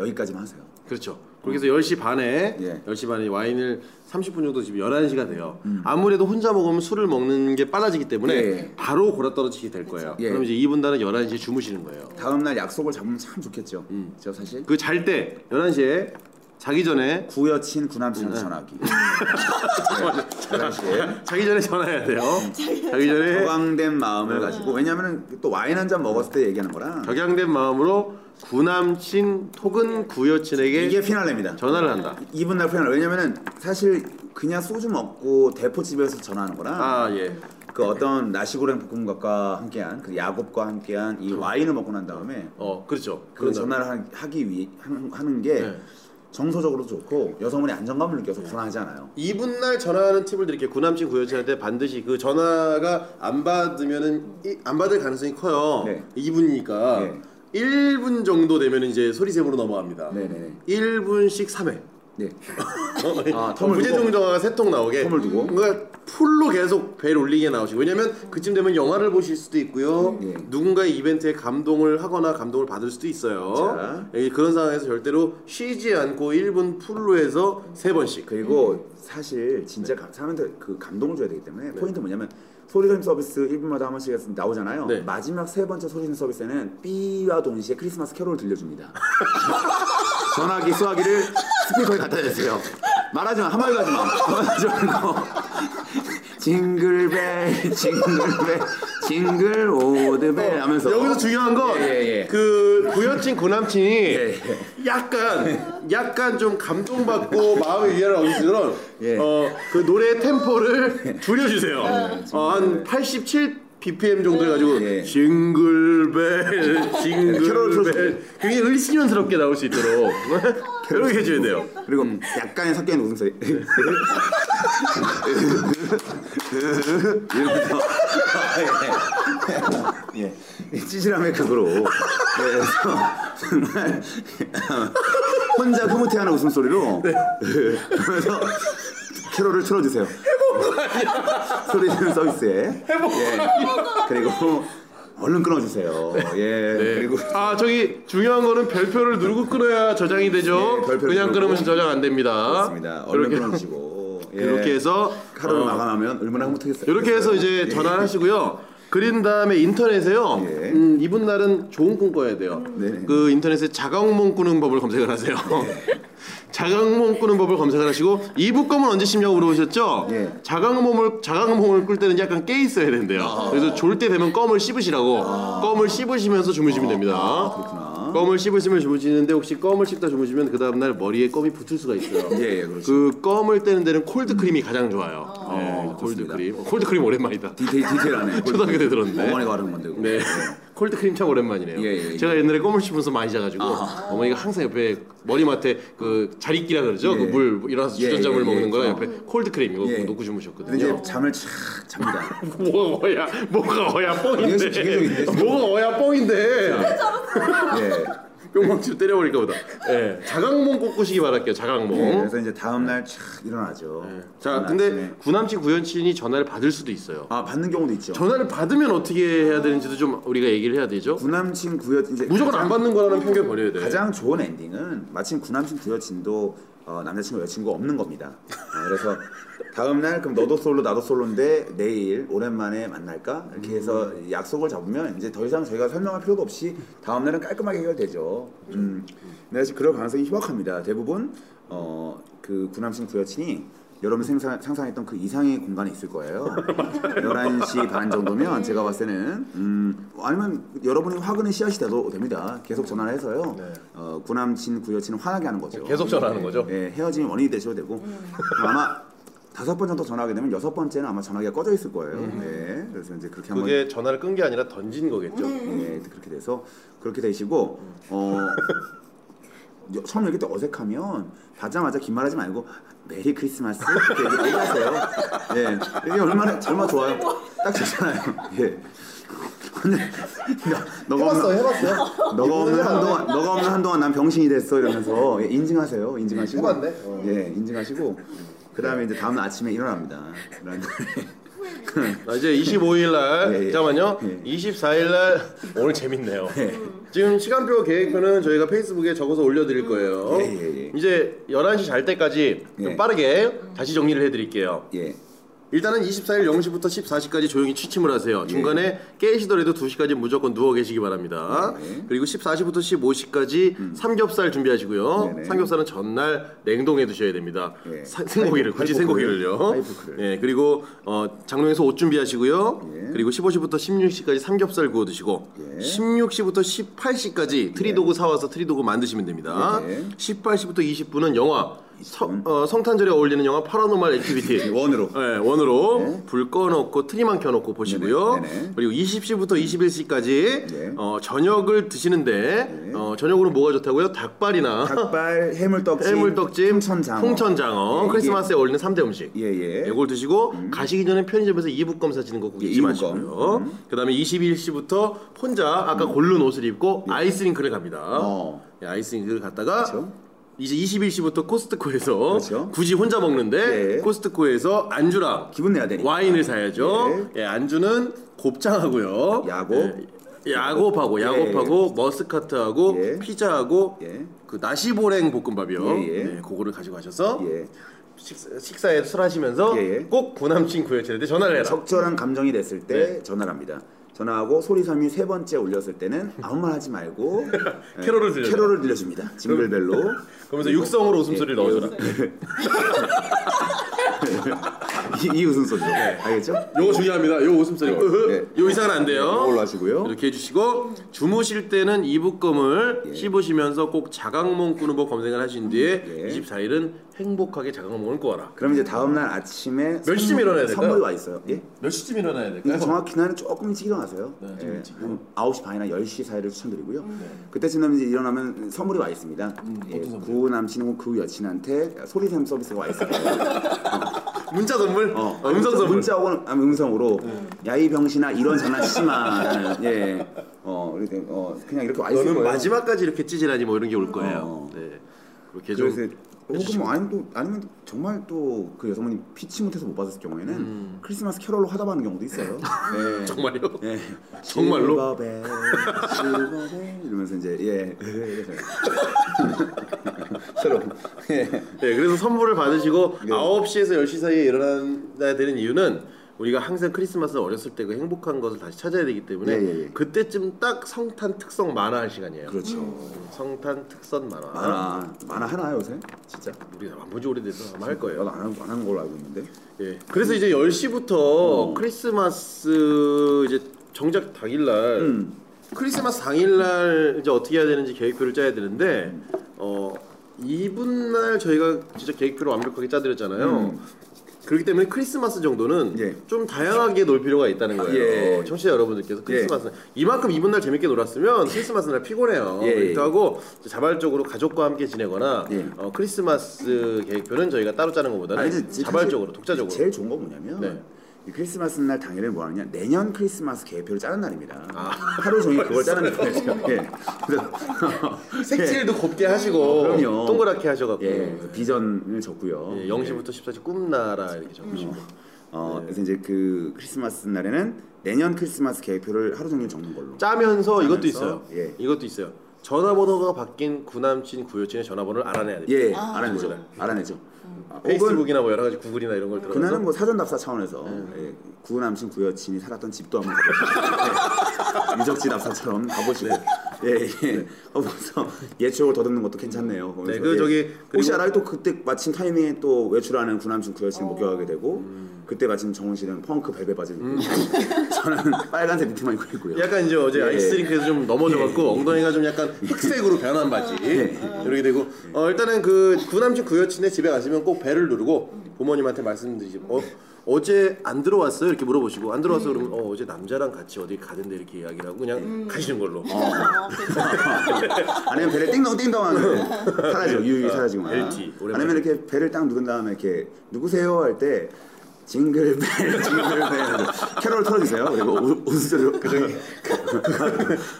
여기까지만 하세요.
그렇죠. 그렇게 해서 10시 반에
예.
10시 반에 와인을 30분 정도 지금 11시가 돼요. 아무래도 혼자 먹으면 술을 먹는 게 빨라지기 때문에
음. 예.
바로 골아떨어지게 될 거예요.
예.
그럼 이제 이분단은 11시에 주무시는 거예요.
다음 날 약속을 잡으면 참 좋겠죠. 저 사실
그 잘 때 11시에 자기 전에
구여친
음.
구남친 전화기.
네.
네. 그 전화기에
자기 전에 전화해야 돼요. 자기 전에
허광된 마음을
네.
가지고 왜냐면은 또 와인 한 잔 먹었을 때 얘기하는 거라
격양된 마음으로 구남친 혹은 구여친에게
이게 피날레입니다.
전화를 한다.
이분 날 피날레 왜냐면은 사실 그냥 소주 먹고 대포집에서 전화하는 거랑
아 예.
그 그 어떤 나시고랭 볶음밥과 함께한 그 야곱과 함께한 이 와인을 먹고 난 다음에
어 그렇죠.
그
그런
전화를 하- 하기 위해 하는, 하는 게
네.
정서적으로도 좋고 여성분이 안정감을 느껴서 불안하잖아요.
이분날 전화하는 팁을 드릴게요. 구남친 구여친한테 반드시 그 전화가 안 받으면은 이- 안 받을 가능성이 커요.
네.
이분이니까
네.
1분 정도 되면 이제 소리샘으로 넘어갑니다.
네네네.
1분씩 3회.
네.
아,
아, 텀을
무제중
두고?
전화가 세 통 나오게.
텀을 두고?
그러니까 풀로 계속 배를 올리게 나오시고. 왜냐면 그쯤 되면 영화를 보실 수도 있고요.
예.
누군가의 이벤트에 감동을 하거나 감동을 받을 수도 있어요.
자.
예, 그런 상황에서 절대로 쉬지 않고 1분 풀로 해서 세 번씩.
그리고 사실 진짜 감- 사람한테 그 감동을 줘야 되기 때문에 포인트 뭐냐면 소리샘 서비스 1분마다 한 번씩 나오잖아요.
네.
마지막 세 번째 소리샘 서비스에는 B와 동시에 크리스마스 캐롤을 들려줍니다. 전화기 수화기를 스피커에 갖다 대세요. 말하지 마. 한 마디도 하지 마. 전화하지 말고. 징글벨 징글벨 징글 오드벨 하면서
여기서 중요한 건 그
예, 예.
구여친 구남친이
예.
약간 약간 좀 감동받고 마음의 위안을 얻을 수 있도록
예.
어그 노래의 템포를 줄여주세요. 어, 한 87. BPM 정도를 가지고
예.
징글벨
캐롤
징글벨
쳐주세요.
그게 을씨년스럽게 나올 수 있도록 이렇게 해줘야 돼요.
그리고 약간의 섞인 웃음소리 이러면서 예. 예. 찌질함의 극으로 그래서 정말 혼자 흐뭇해하는 웃음소리로 그래서 캐롤을 틀어주세요 소리 지는 서비스에 예. 그리고 얼른 끊어주세요 예 그리고
아 저기 중요한 거는 별표를 누르고 끊어야 저장이 되죠.
네, 별표를
그냥
누르고.
끊으면 저장 안 됩니다.
그렇습니다 얼른
이렇게-
끊어주시고 예.
이렇게 해서
하루를
어,
마감하면 얼마나 흐뭇하겠어요.
이렇게 해서 이제 전화하시고요. 그린 다음에 인터넷에요.
예.
음, 이분 날은 좋은 꿈 꿔야 돼요.
네네.
그 인터넷에 자각몽 꾸는 법을 검색을 하세요.
예.
자각몽 꾸는 법을 검색을 하시고 이부 꿈은 언제 씹냐고 물어보셨죠?
예.
자각몽을 자각몽을 꿀 때는 약간 깨 있어야 된대요.
아.
그래서 졸 때 되면 껌을 씹으시라고 껌을 씹으시면서 주무시면 됩니다.
아, 그렇구나.
껌을 씹으시면 주무시는데 혹시 껌을 씹다 주무시면 그 다음 날 머리에 껌이 붙을 수가 있어요.
예, 예, 그렇죠.
그 껌을 떼는 데는 콜드 크림이 가장 좋아요.
어.
네, 콜드
좋습니다.
크림. 어, 콜드 크림 오랜만이다.
디테일 디테일하네.
초등학교 때 들었는데.
어머니가 하는 건데. 그거.
네. 콜드 크림 참 오랜만이네요.
예, 예, 아. 예.
제가 옛날에 껌을 씹으면서 많이 자가지고 어머니가 항상 옆에 머리맡에 그 자리끼라 그러죠.
예.
그 물 일어나서
예,
주전자 물
예,
먹는
예,
거랑
그렇죠.
옆에 콜드 크림 이거
예.
놓고
근데 이제
주무셨거든요.
잠을 착 잡니다.
뭐가 어야 뭐가 어야
이것이
뻥인데.
기계적인데, 지금.
뭐가 어야 뻥인데.
예.
뿅망치로 때려버릴까 보다. 예. 자각몽 꼭 꾸시기 바랄게요. 자각몽.
예, 그래서 이제 다음 네. 날 착 일어나죠.
어? 네. 자,
다음
근데
아침에.
구남친 구현친이 전화를 받을 수도 있어요.
아 받는 경우도 있죠.
전화를 받으면 어떻게 해야 되는지도 좀 우리가 얘기를 해야 되죠.
구남친 구여 이제
무조건
가장-
안 받는 거라는 편견 버려야 돼.
가장 좋은 엔딩은 마침 구남친 구여친도 어, 남자친구 여자친구 없는 겁니다. 아, 그래서 다음 날 그럼 너도 솔로 나도 솔로인데 내일 오랜만에 만날까 이렇게 해서 약속을 잡으면 이제 더 이상 저희가 설명할 필요도 없이 다음 날은 깔끔하게 해결되죠. 음, 근데 사실 그럴 가능성이 희박합니다. 대부분 어, 그 구남친 구여친이 여러분 생상, 상상했던 그 이상의 공간에 있을 거예요. 11시 반 정도면 제가 봤을 때는 음, 아니면 여러분이 화근의 씨앗이 돼도 됩니다. 계속 전화를 해서요. 어, 구남친 구여친을 화나게 하는 거죠.
계속 전화하는 거죠?
네.
예, 헤어짐이 원인이 되셔도 되고 아마 다섯 번 정도 전화하게 되면 여섯 번째는 아마 전화기가 꺼져 있을 거예요. 네, 그래서 이제 그렇게 한번
그게 전화를 끈 게 아니라 던진 거겠죠.
예, 그렇게 돼서 그렇게 되시고 어 여- 처음 얘기 때 어색하면 받자마자 긴 말하지 말고 메리 크리스마스 이렇게 얘기 빨리 하세요. 예, 이게 얼마나 얼마 나 좋아요. 딱 좋잖아요. 예. 근데 야, 너가 없는,
해봤어.
너가 없는 한동안 너가 없는 한동안 난 병신이 됐어 이러면서 예, 인증하세요. 인증하시고
해봤네. 어.
예, 인증하시고 그다음에 이제 다음 날 아침에 일어납니다. 일어났는데
아, 이제 25일 날
예, 예.
잠깐만요.
예.
24일 날 오늘 재밌네요.
예. 지금 시간표 계획표는 저희가 페이스북에 적어서 올려드릴 음. 거예요.
예, 예, 예.
이제 11시 잘 때까지 좀
예.
빠르게 다시 정리를 해드릴게요.
예.
일단은 24일 0시부터 14시까지 조용히 취침을 하세요. 중간에 깨시더라도 2시까지 무조건 누워 계시기 바랍니다.
네.
그리고 14시부터 15시까지 삼겹살 준비하시고요.
네네.
삼겹살은 전날 냉동해 두셔야 됩니다.
예.
사- 생고기를
하이포크를,
굳이 생고기를요.
하이포크를.
예, 그리고 어, 장롱에서 옷 준비하시고요.
예.
그리고 15시부터 16시까지 삼겹살 구워 드시고
예.
16시부터 18시까지 트리도구 사와서 트리도구 만드시면 됩니다.
예.
18시부터 20분은 영화
이천.
어, 성탄절에 어울리는 영화 파라노말 액티비티
원으로.
네, 원으로
네.
불 꺼놓고 트리만 켜놓고 보시고요.
네네, 네네.
그리고 20시부터 21시까지
네.
어, 저녁을 드시는데
네.
어, 저녁으로 뭐가 좋다고요? 닭발이나
닭발, 해물떡찜,
해물떡찜,
풍천장어.
풍천장어,
예, 이게-
크리스마스에 어울리는 3대 음식.
예, 예.
이걸 드시고 가시기 전에 편의점에서 이북 검사 지는 거꼭
예,
잊지
이북
마시고요.
검.
그다음에 21시부터 혼자 아까 고른 옷을 입고 아이스링크를 갑니다.
예. 어.
예, 아이스링크를 갔다가
그렇죠.
이제 21시부터 코스트코에서
그렇죠.
굳이 혼자 먹는데
예.
코스트코에서 안주랑
기분 내야 되니까.
와인을 사야죠. 예, 안주는 곱창하고요.
야곱.
예, 야곱하고
예.
야곱하고 머스카트하고
예.
피자하고
예.
그 나시보랭 볶음밥이요.
예, 예.
네, 그거를 가지고 가셔서
예.
식사, 식사에 술 하시면서
예, 예.
꼭 고남 친구의 제한테 전화를 해라.
적절한 감정이 됐을 때
네.
전화를 합니다. 전화하고 소리섬이 세 번째 울렸을 때는 아무 말 하지 말고 예,
캐롤을 들려줘라.
캐롤을 들려줍니다. 징글벨로.
그러면서 육성으로 웃음소리를
예,
넣어줘라.
이, 이 웃음소리로.
네.
알겠죠?
요거 중요합니다. 요 웃음소리. 으흐.
예.
요 이상은 안 돼요.
이걸로 하시고요.
어? 이렇게 해주시고 주무실 때는 이북검을 씹으시면서 꼭 자각몽 꾸는 법 검색을 하신 뒤에
예.
24일은 행복하게 자각몽을 꾸어라.
그럼 이제 다음 날 아침에
몇 시쯤 일어나야 될까요? 네.
선물이 와 있어요. 예?
몇 시쯤 일어나야 될까요?
근데 정확히 나는 조금 일찍 일어나세요.
네, 좀
예,
일찍.
한 9시 반이나 10시 사이를 추천드리고요.
음. 네.
그때쯤 되면 이제 일어나면 선물이 와 있습니다. 예,
어떤 선물이요?
구 남친하고 구 여친한테 소리샘 서비스가 와 있어요.
문자 선물,
어,
어, 음성 선물.
문자 혹은 아니, 음성으로
네.
야이 병신아 이런 장난치지 마. 예. 어, 이렇게, 어, 그냥 이렇게 와 있을
너는
거예요.
마지막까지 이렇게 찌질하니 뭐 이런 게 올 거예요.
어.
네. 그렇게 좀
그래서 혹은 뭐 아니면 또 아니면 정말 또 그 여성분이 피치 못해서 못 받았을 경우에는
음.
크리스마스 캐롤로 화답하는 경우도 있어요. 예.
정말요?
예.
네. 정말로?
실버벨, 실버벨 이러면서 이제 예. 서로 예.
네, 그래서 선물을 받으시고
네.
9시에서 10시 사이에 일어나야 되는 이유는 우리가 항상 크리스마스 어렸을 때 그 행복한 것을 다시 찾아야 되기 때문에
예, 예, 예.
그때쯤 딱 성탄 특성 만화할 시간이에요.
그렇죠.
음. 성탄 특선 만화.
만화 만화 하나 요새 진짜
우리 안본지 오래돼서 아마 할 거예요.
나도 안한 안한 걸로 알고 있는데.
예. 그래서 이제 10시부터
음.
크리스마스 이제 정작 당일날
음.
크리스마스 당일날 이제 어떻게 해야 되는지 계획표를 짜야 되는데 어 이분날 저희가 진짜 계획표를 완벽하게 짜드렸잖아요. 그렇기 때문에 크리스마스 정도는
음. 예.
좀 다양하게 놀 필요가 있다는 거예요. 어,
예.
청취자 여러분들께서 크리스마스 이만큼 이분날 재밌게 놀았으면 크리스마스 날 피곤해요.
예, 예.
그렇기도 하고 이제 자발적으로 가족과 함께 지내거나
예.
어, 크리스마스 계획표는 저희가 따로 짜는 것보다는
아니, 근데 제-
자발적으로
사실
독자적으로
제일 좋은 거 뭐냐면
네.
이 크리스마스 날 당일에 뭐 하느냐 내년 크리스마스 계획표를 짜는 날입니다.
아.
하루 종일 그걸 짜는
어.
날이죠. 예. 그래서-
색칠도 곱게 하시고
그럼요.
예. 어, 동그랗게 하셔갖고
예. 그래서 비전을 줬고요.
예, 0시부터 14시 꿈나라 이렇게 적으시고
어,
네.
그래서 이제 그 크리스마스 날에는 내년 크리스마스 계획표를 하루 종일 적는 걸로.
짜면서 이것도
짜면서,
있어요.
예.
이것도 있어요. 전화번호가 바뀐 구남친 구여친의 전화번호를 알아내야 돼요.
예, 알아내죠. 알아내죠. 아, 혹은
페이스북이나 뭐 여러 가지 구글이나 이런 걸 들어가서
그날은 뭐 사전 답사 차원에서 예, 구남친 구여친이 살았던 집도 한번 가보시고 예, 유적지 답사처럼 가보시고
네.
예예 가보면서 예추억을 더듬는 것도 괜찮네요. 거기서.
네, 그
예.
저기
혹시
그리고-
알아요? 또 그때 마침 타이밍에 또 외출하는 구남친
어.
구여친 목격하게 되고
음.
그때 마침 정훈 씨는 펑크 벨벳 바지 입고 저는 빨간색 니트만 입고 있고요.
약간 이제 어제
예.
아이스링크에서 좀 넘어져갖고 엉덩이가 좀 약간 흑색으로 변한 바지
예.
이렇게 되고 어, 일단은 그 구남친 구여친의 집에 가시면 꼭 배를 누르고 부모님한테 말씀드리지 어 어제 안 들어왔어요 이렇게 물어보시고 안
네.
들어왔어 그러면 어 어제 남자랑 같이 어디 가던데 이렇게 이야기를 하고 그냥
음.
가시는 걸로
아, 아니면 배를 띵동 띵동하면 사라지고 유유히 사라지고 막.
네. 어, LT, 오랜만에.
아니면 이렇게 배를 딱 누른 다음에 이렇게 누구세요 할 때 징글벨 징글벨 캐롤 틀어주세요 그리고 우- 웃으세요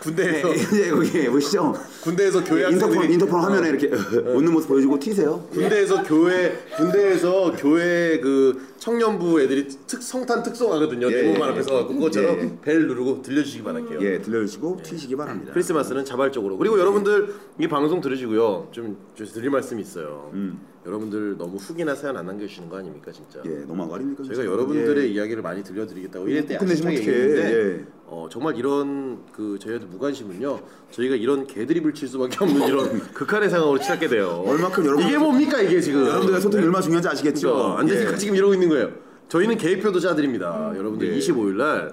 군대에서
예 거기 보시죠
군대에서 교회
네. 인터폰
학생들이
인터폰 화면에 이렇게
어.
웃는 모습 보여주고 튀세요
군대에서 교회 군대에서 교회 그 청년부 애들이 특 성탄 특송하거든요
예,
대공만
예.
앞에 서갖고 그것처럼
예, 예.
벨 누르고 들려주시기 바랄게요.
예 들려주시고 튀시기 바랍니다
크리스마스는 자발적으로 그리고 여러분들 이 방송 들으시고요 좀, 좀 드릴 말씀이 있어요 여러분들 너무 후기나 사연 안 남겨주시는 거 아닙니까 진짜
음. 예 너무한 거 아닙니까
저희가
진짜?
여러분들의 이야기를 많이 들려드리겠다고 이랬때
근데 지금
아쉽게
예, 어떡해.
얘기했는데
예.
어, 정말 이런 그 저희한테 무관심은요 저희가 이런 개드립을 칠 수밖에 없는 이런 극한의 상황으로 치닫게 돼요
얼마큼 여러분-
이게 뭡니까 이게 지금
예. 여러분들의 소통이 얼마나 중요한지 아시겠죠
네. 그렇죠. 안 되니까 지금 이러고 있는 거예요 저희는 계획표도 짜드립니다 여러분들
예.
25일 날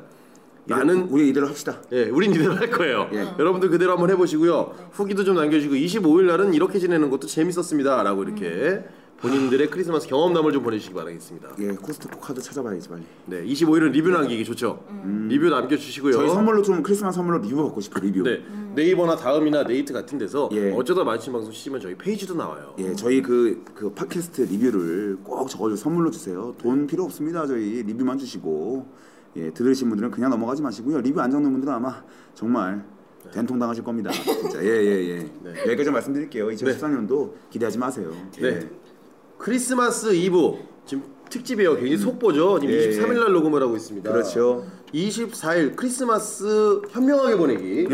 나는
나는
우리 이대로 합시다
예, 우린 이대로 할 거예요. 여러분들 그대로 한번 해보시고요. 후기도 좀 남겨주시고 25일 날은 이렇게 지내는 것도 재밌었습니다라고 이렇게 본인들의 크리스마스 경험담을 좀 보내주시기 바라겠습니다.
예, 코스트코 카드 찾아봐야지 빨리.
네, 25일은 리뷰 남기기 좋죠. 음. 리뷰 남겨주시고요.
저희 선물로 좀 크리스마스 선물로 리뷰 받고 싶어 리뷰.
네, 네이버나 다음이나 네이트 같은 데서
예.
어쩌다 마주친 방송 시면 저희 페이지도 나와요.
예, 저희 그, 그 팟캐스트 리뷰를 꼭 적어줘 선물로 주세요. 돈 필요 없습니다. 저희 리뷰만 주시고 예, 들으신 분들은 그냥 넘어가지 마시고요. 리뷰 안 적는 분들은 아마 정말 된통 당하실 겁니다. 진짜 예예 예.
네.
여기까지 말씀드릴게요. 2014년도 기대하지 마세요. 예.
네. 크리스마스 이브 지금 특집이에요. 굉장히 속보죠. 지금
예, 예.
23일 날 녹음을 하고 있습니다.
그렇죠.
24일 크리스마스 현명하게 보내기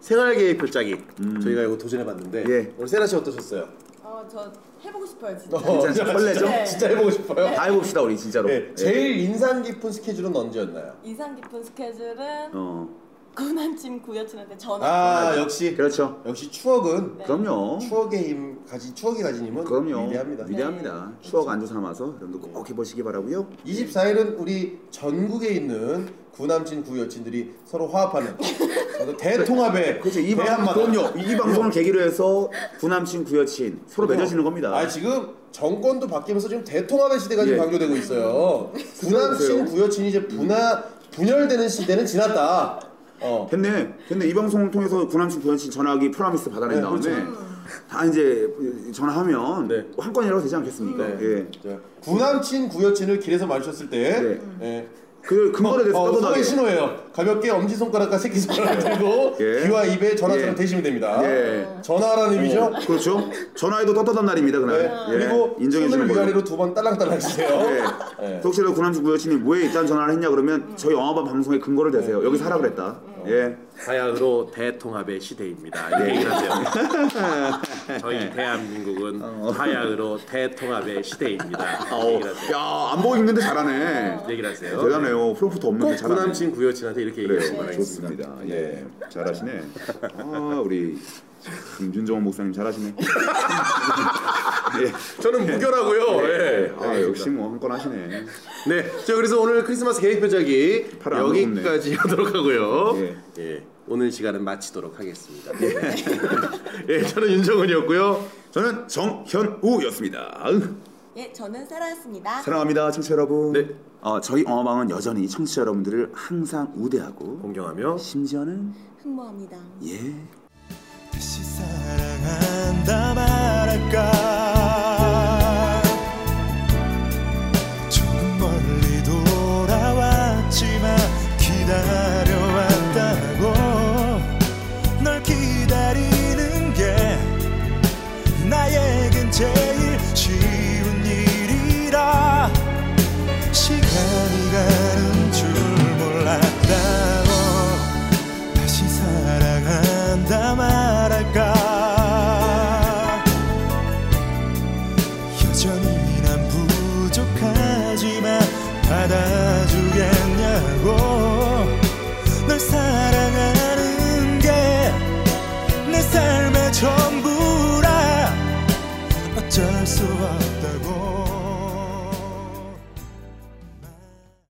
생활 계획 표짜기.
저희가 이거 도전해봤는데
예.
오늘 세나 씨 어떠셨어요?
어, 저 해보고 싶어요 진짜.
괜찮죠? 설레죠?
네.
진짜 해보고 싶어요.
다 해봅시다 우리 진짜로. 예.
네, 제일 인상 깊은 스케줄은 언제였나요?
인상 깊은 스케줄은
어,
고난친 구여친한테 전화.
아 역시
그렇죠.
역시
네.
추억은
그럼요.
추억의 힘 가진 추억이 가진 힘은
그럼요.
위대합니다. 네.
위대합니다. 추억 안주 삼아서 여러분도 꼭 해보시기 바라고요.
24일은 우리 전국에 있는 구남친 구여친들이 서로 화합하는 저도 대통합의
그렇죠. 이 방송
대한마당.
그럼요. 이 방송을 계기로 해서 구남친 구여친 서로 맺어지는 겁니다.
아 지금 정권도 바뀌면서 지금 대통합의 시대가 지금
예.
강조되고 있어요. 구남친 구여친이 이제 분화 분열되는 시대는 지났다. 어.
됐네. 됐네. 이 방송을 통해서 구남친 구여친 전화기 프라미스 받아낸
네,
다음에
그렇죠.
다 이제 전화하면
네.
한 건이라도 되지 않겠습니까?
네.
예.
자, 구남친 구여친을 길에서 마주쳤을 때
네.
예.
그 근거에 대해서
어,
떠들다게.
소의 신호예요. 가볍게 엄지 손가락과 새끼 손가락 들고
예.
귀와 입에 전화처럼
예.
대시면 됩니다.
예.
전화라는 의미죠.
그렇죠. 전화에도 떳떳한 날입니다 그날.
네.
예.
그리고
인정해 주는
손을
거예요.
위아래로 네. 두 번 딸랑딸랑 주세요.
예. 혹시라도 구남친 구여친이 왜 일단 전화를 했냐 그러면 저희 영화반 방송에 근거를
네.
대세요. 여기서 하라 그랬다.
음.
예.
사양으로 대통합의 시대입니다. 예, 이렇게 얘기를 하세요. 저희
어.
대한민국은 사양으로 대통합의 시대입니다.
아,
이렇게
어.
얘기를 하세요.
야안 보고 있는데 어. 잘하네.
음.
얘기를 하세요.
대단해요. 프롬프트 없는데
꼭
잘하네.
구남친 구여친한테 이렇게 얘기하시기
그래요.
바라겠습니다.
좋습니다. 예. 네, 잘하시네. 아, 우리 김준정 목사님 잘하시네. 예.
저는 무교라고요. 예.
아, 역시 뭐 한 건 하시네.
네, 자 그래서 오늘 크리스마스 계획 표작이
팔을 안
여기까지 하도록 하고요.
예.
예. 오늘 시간은 마치도록 하겠습니다. 예, 저는 윤정은이었고요.
저는 정현우였습니다. 아으.
예, 저는 세라였습니다.
사랑합니다, 청취자 여러분.
네.
어, 저희 어마방은 여전히 청취자 여러분들을 항상 우대하고
공경하며
심지어는
흥모합니다.
예.
다시 사랑한다 말할까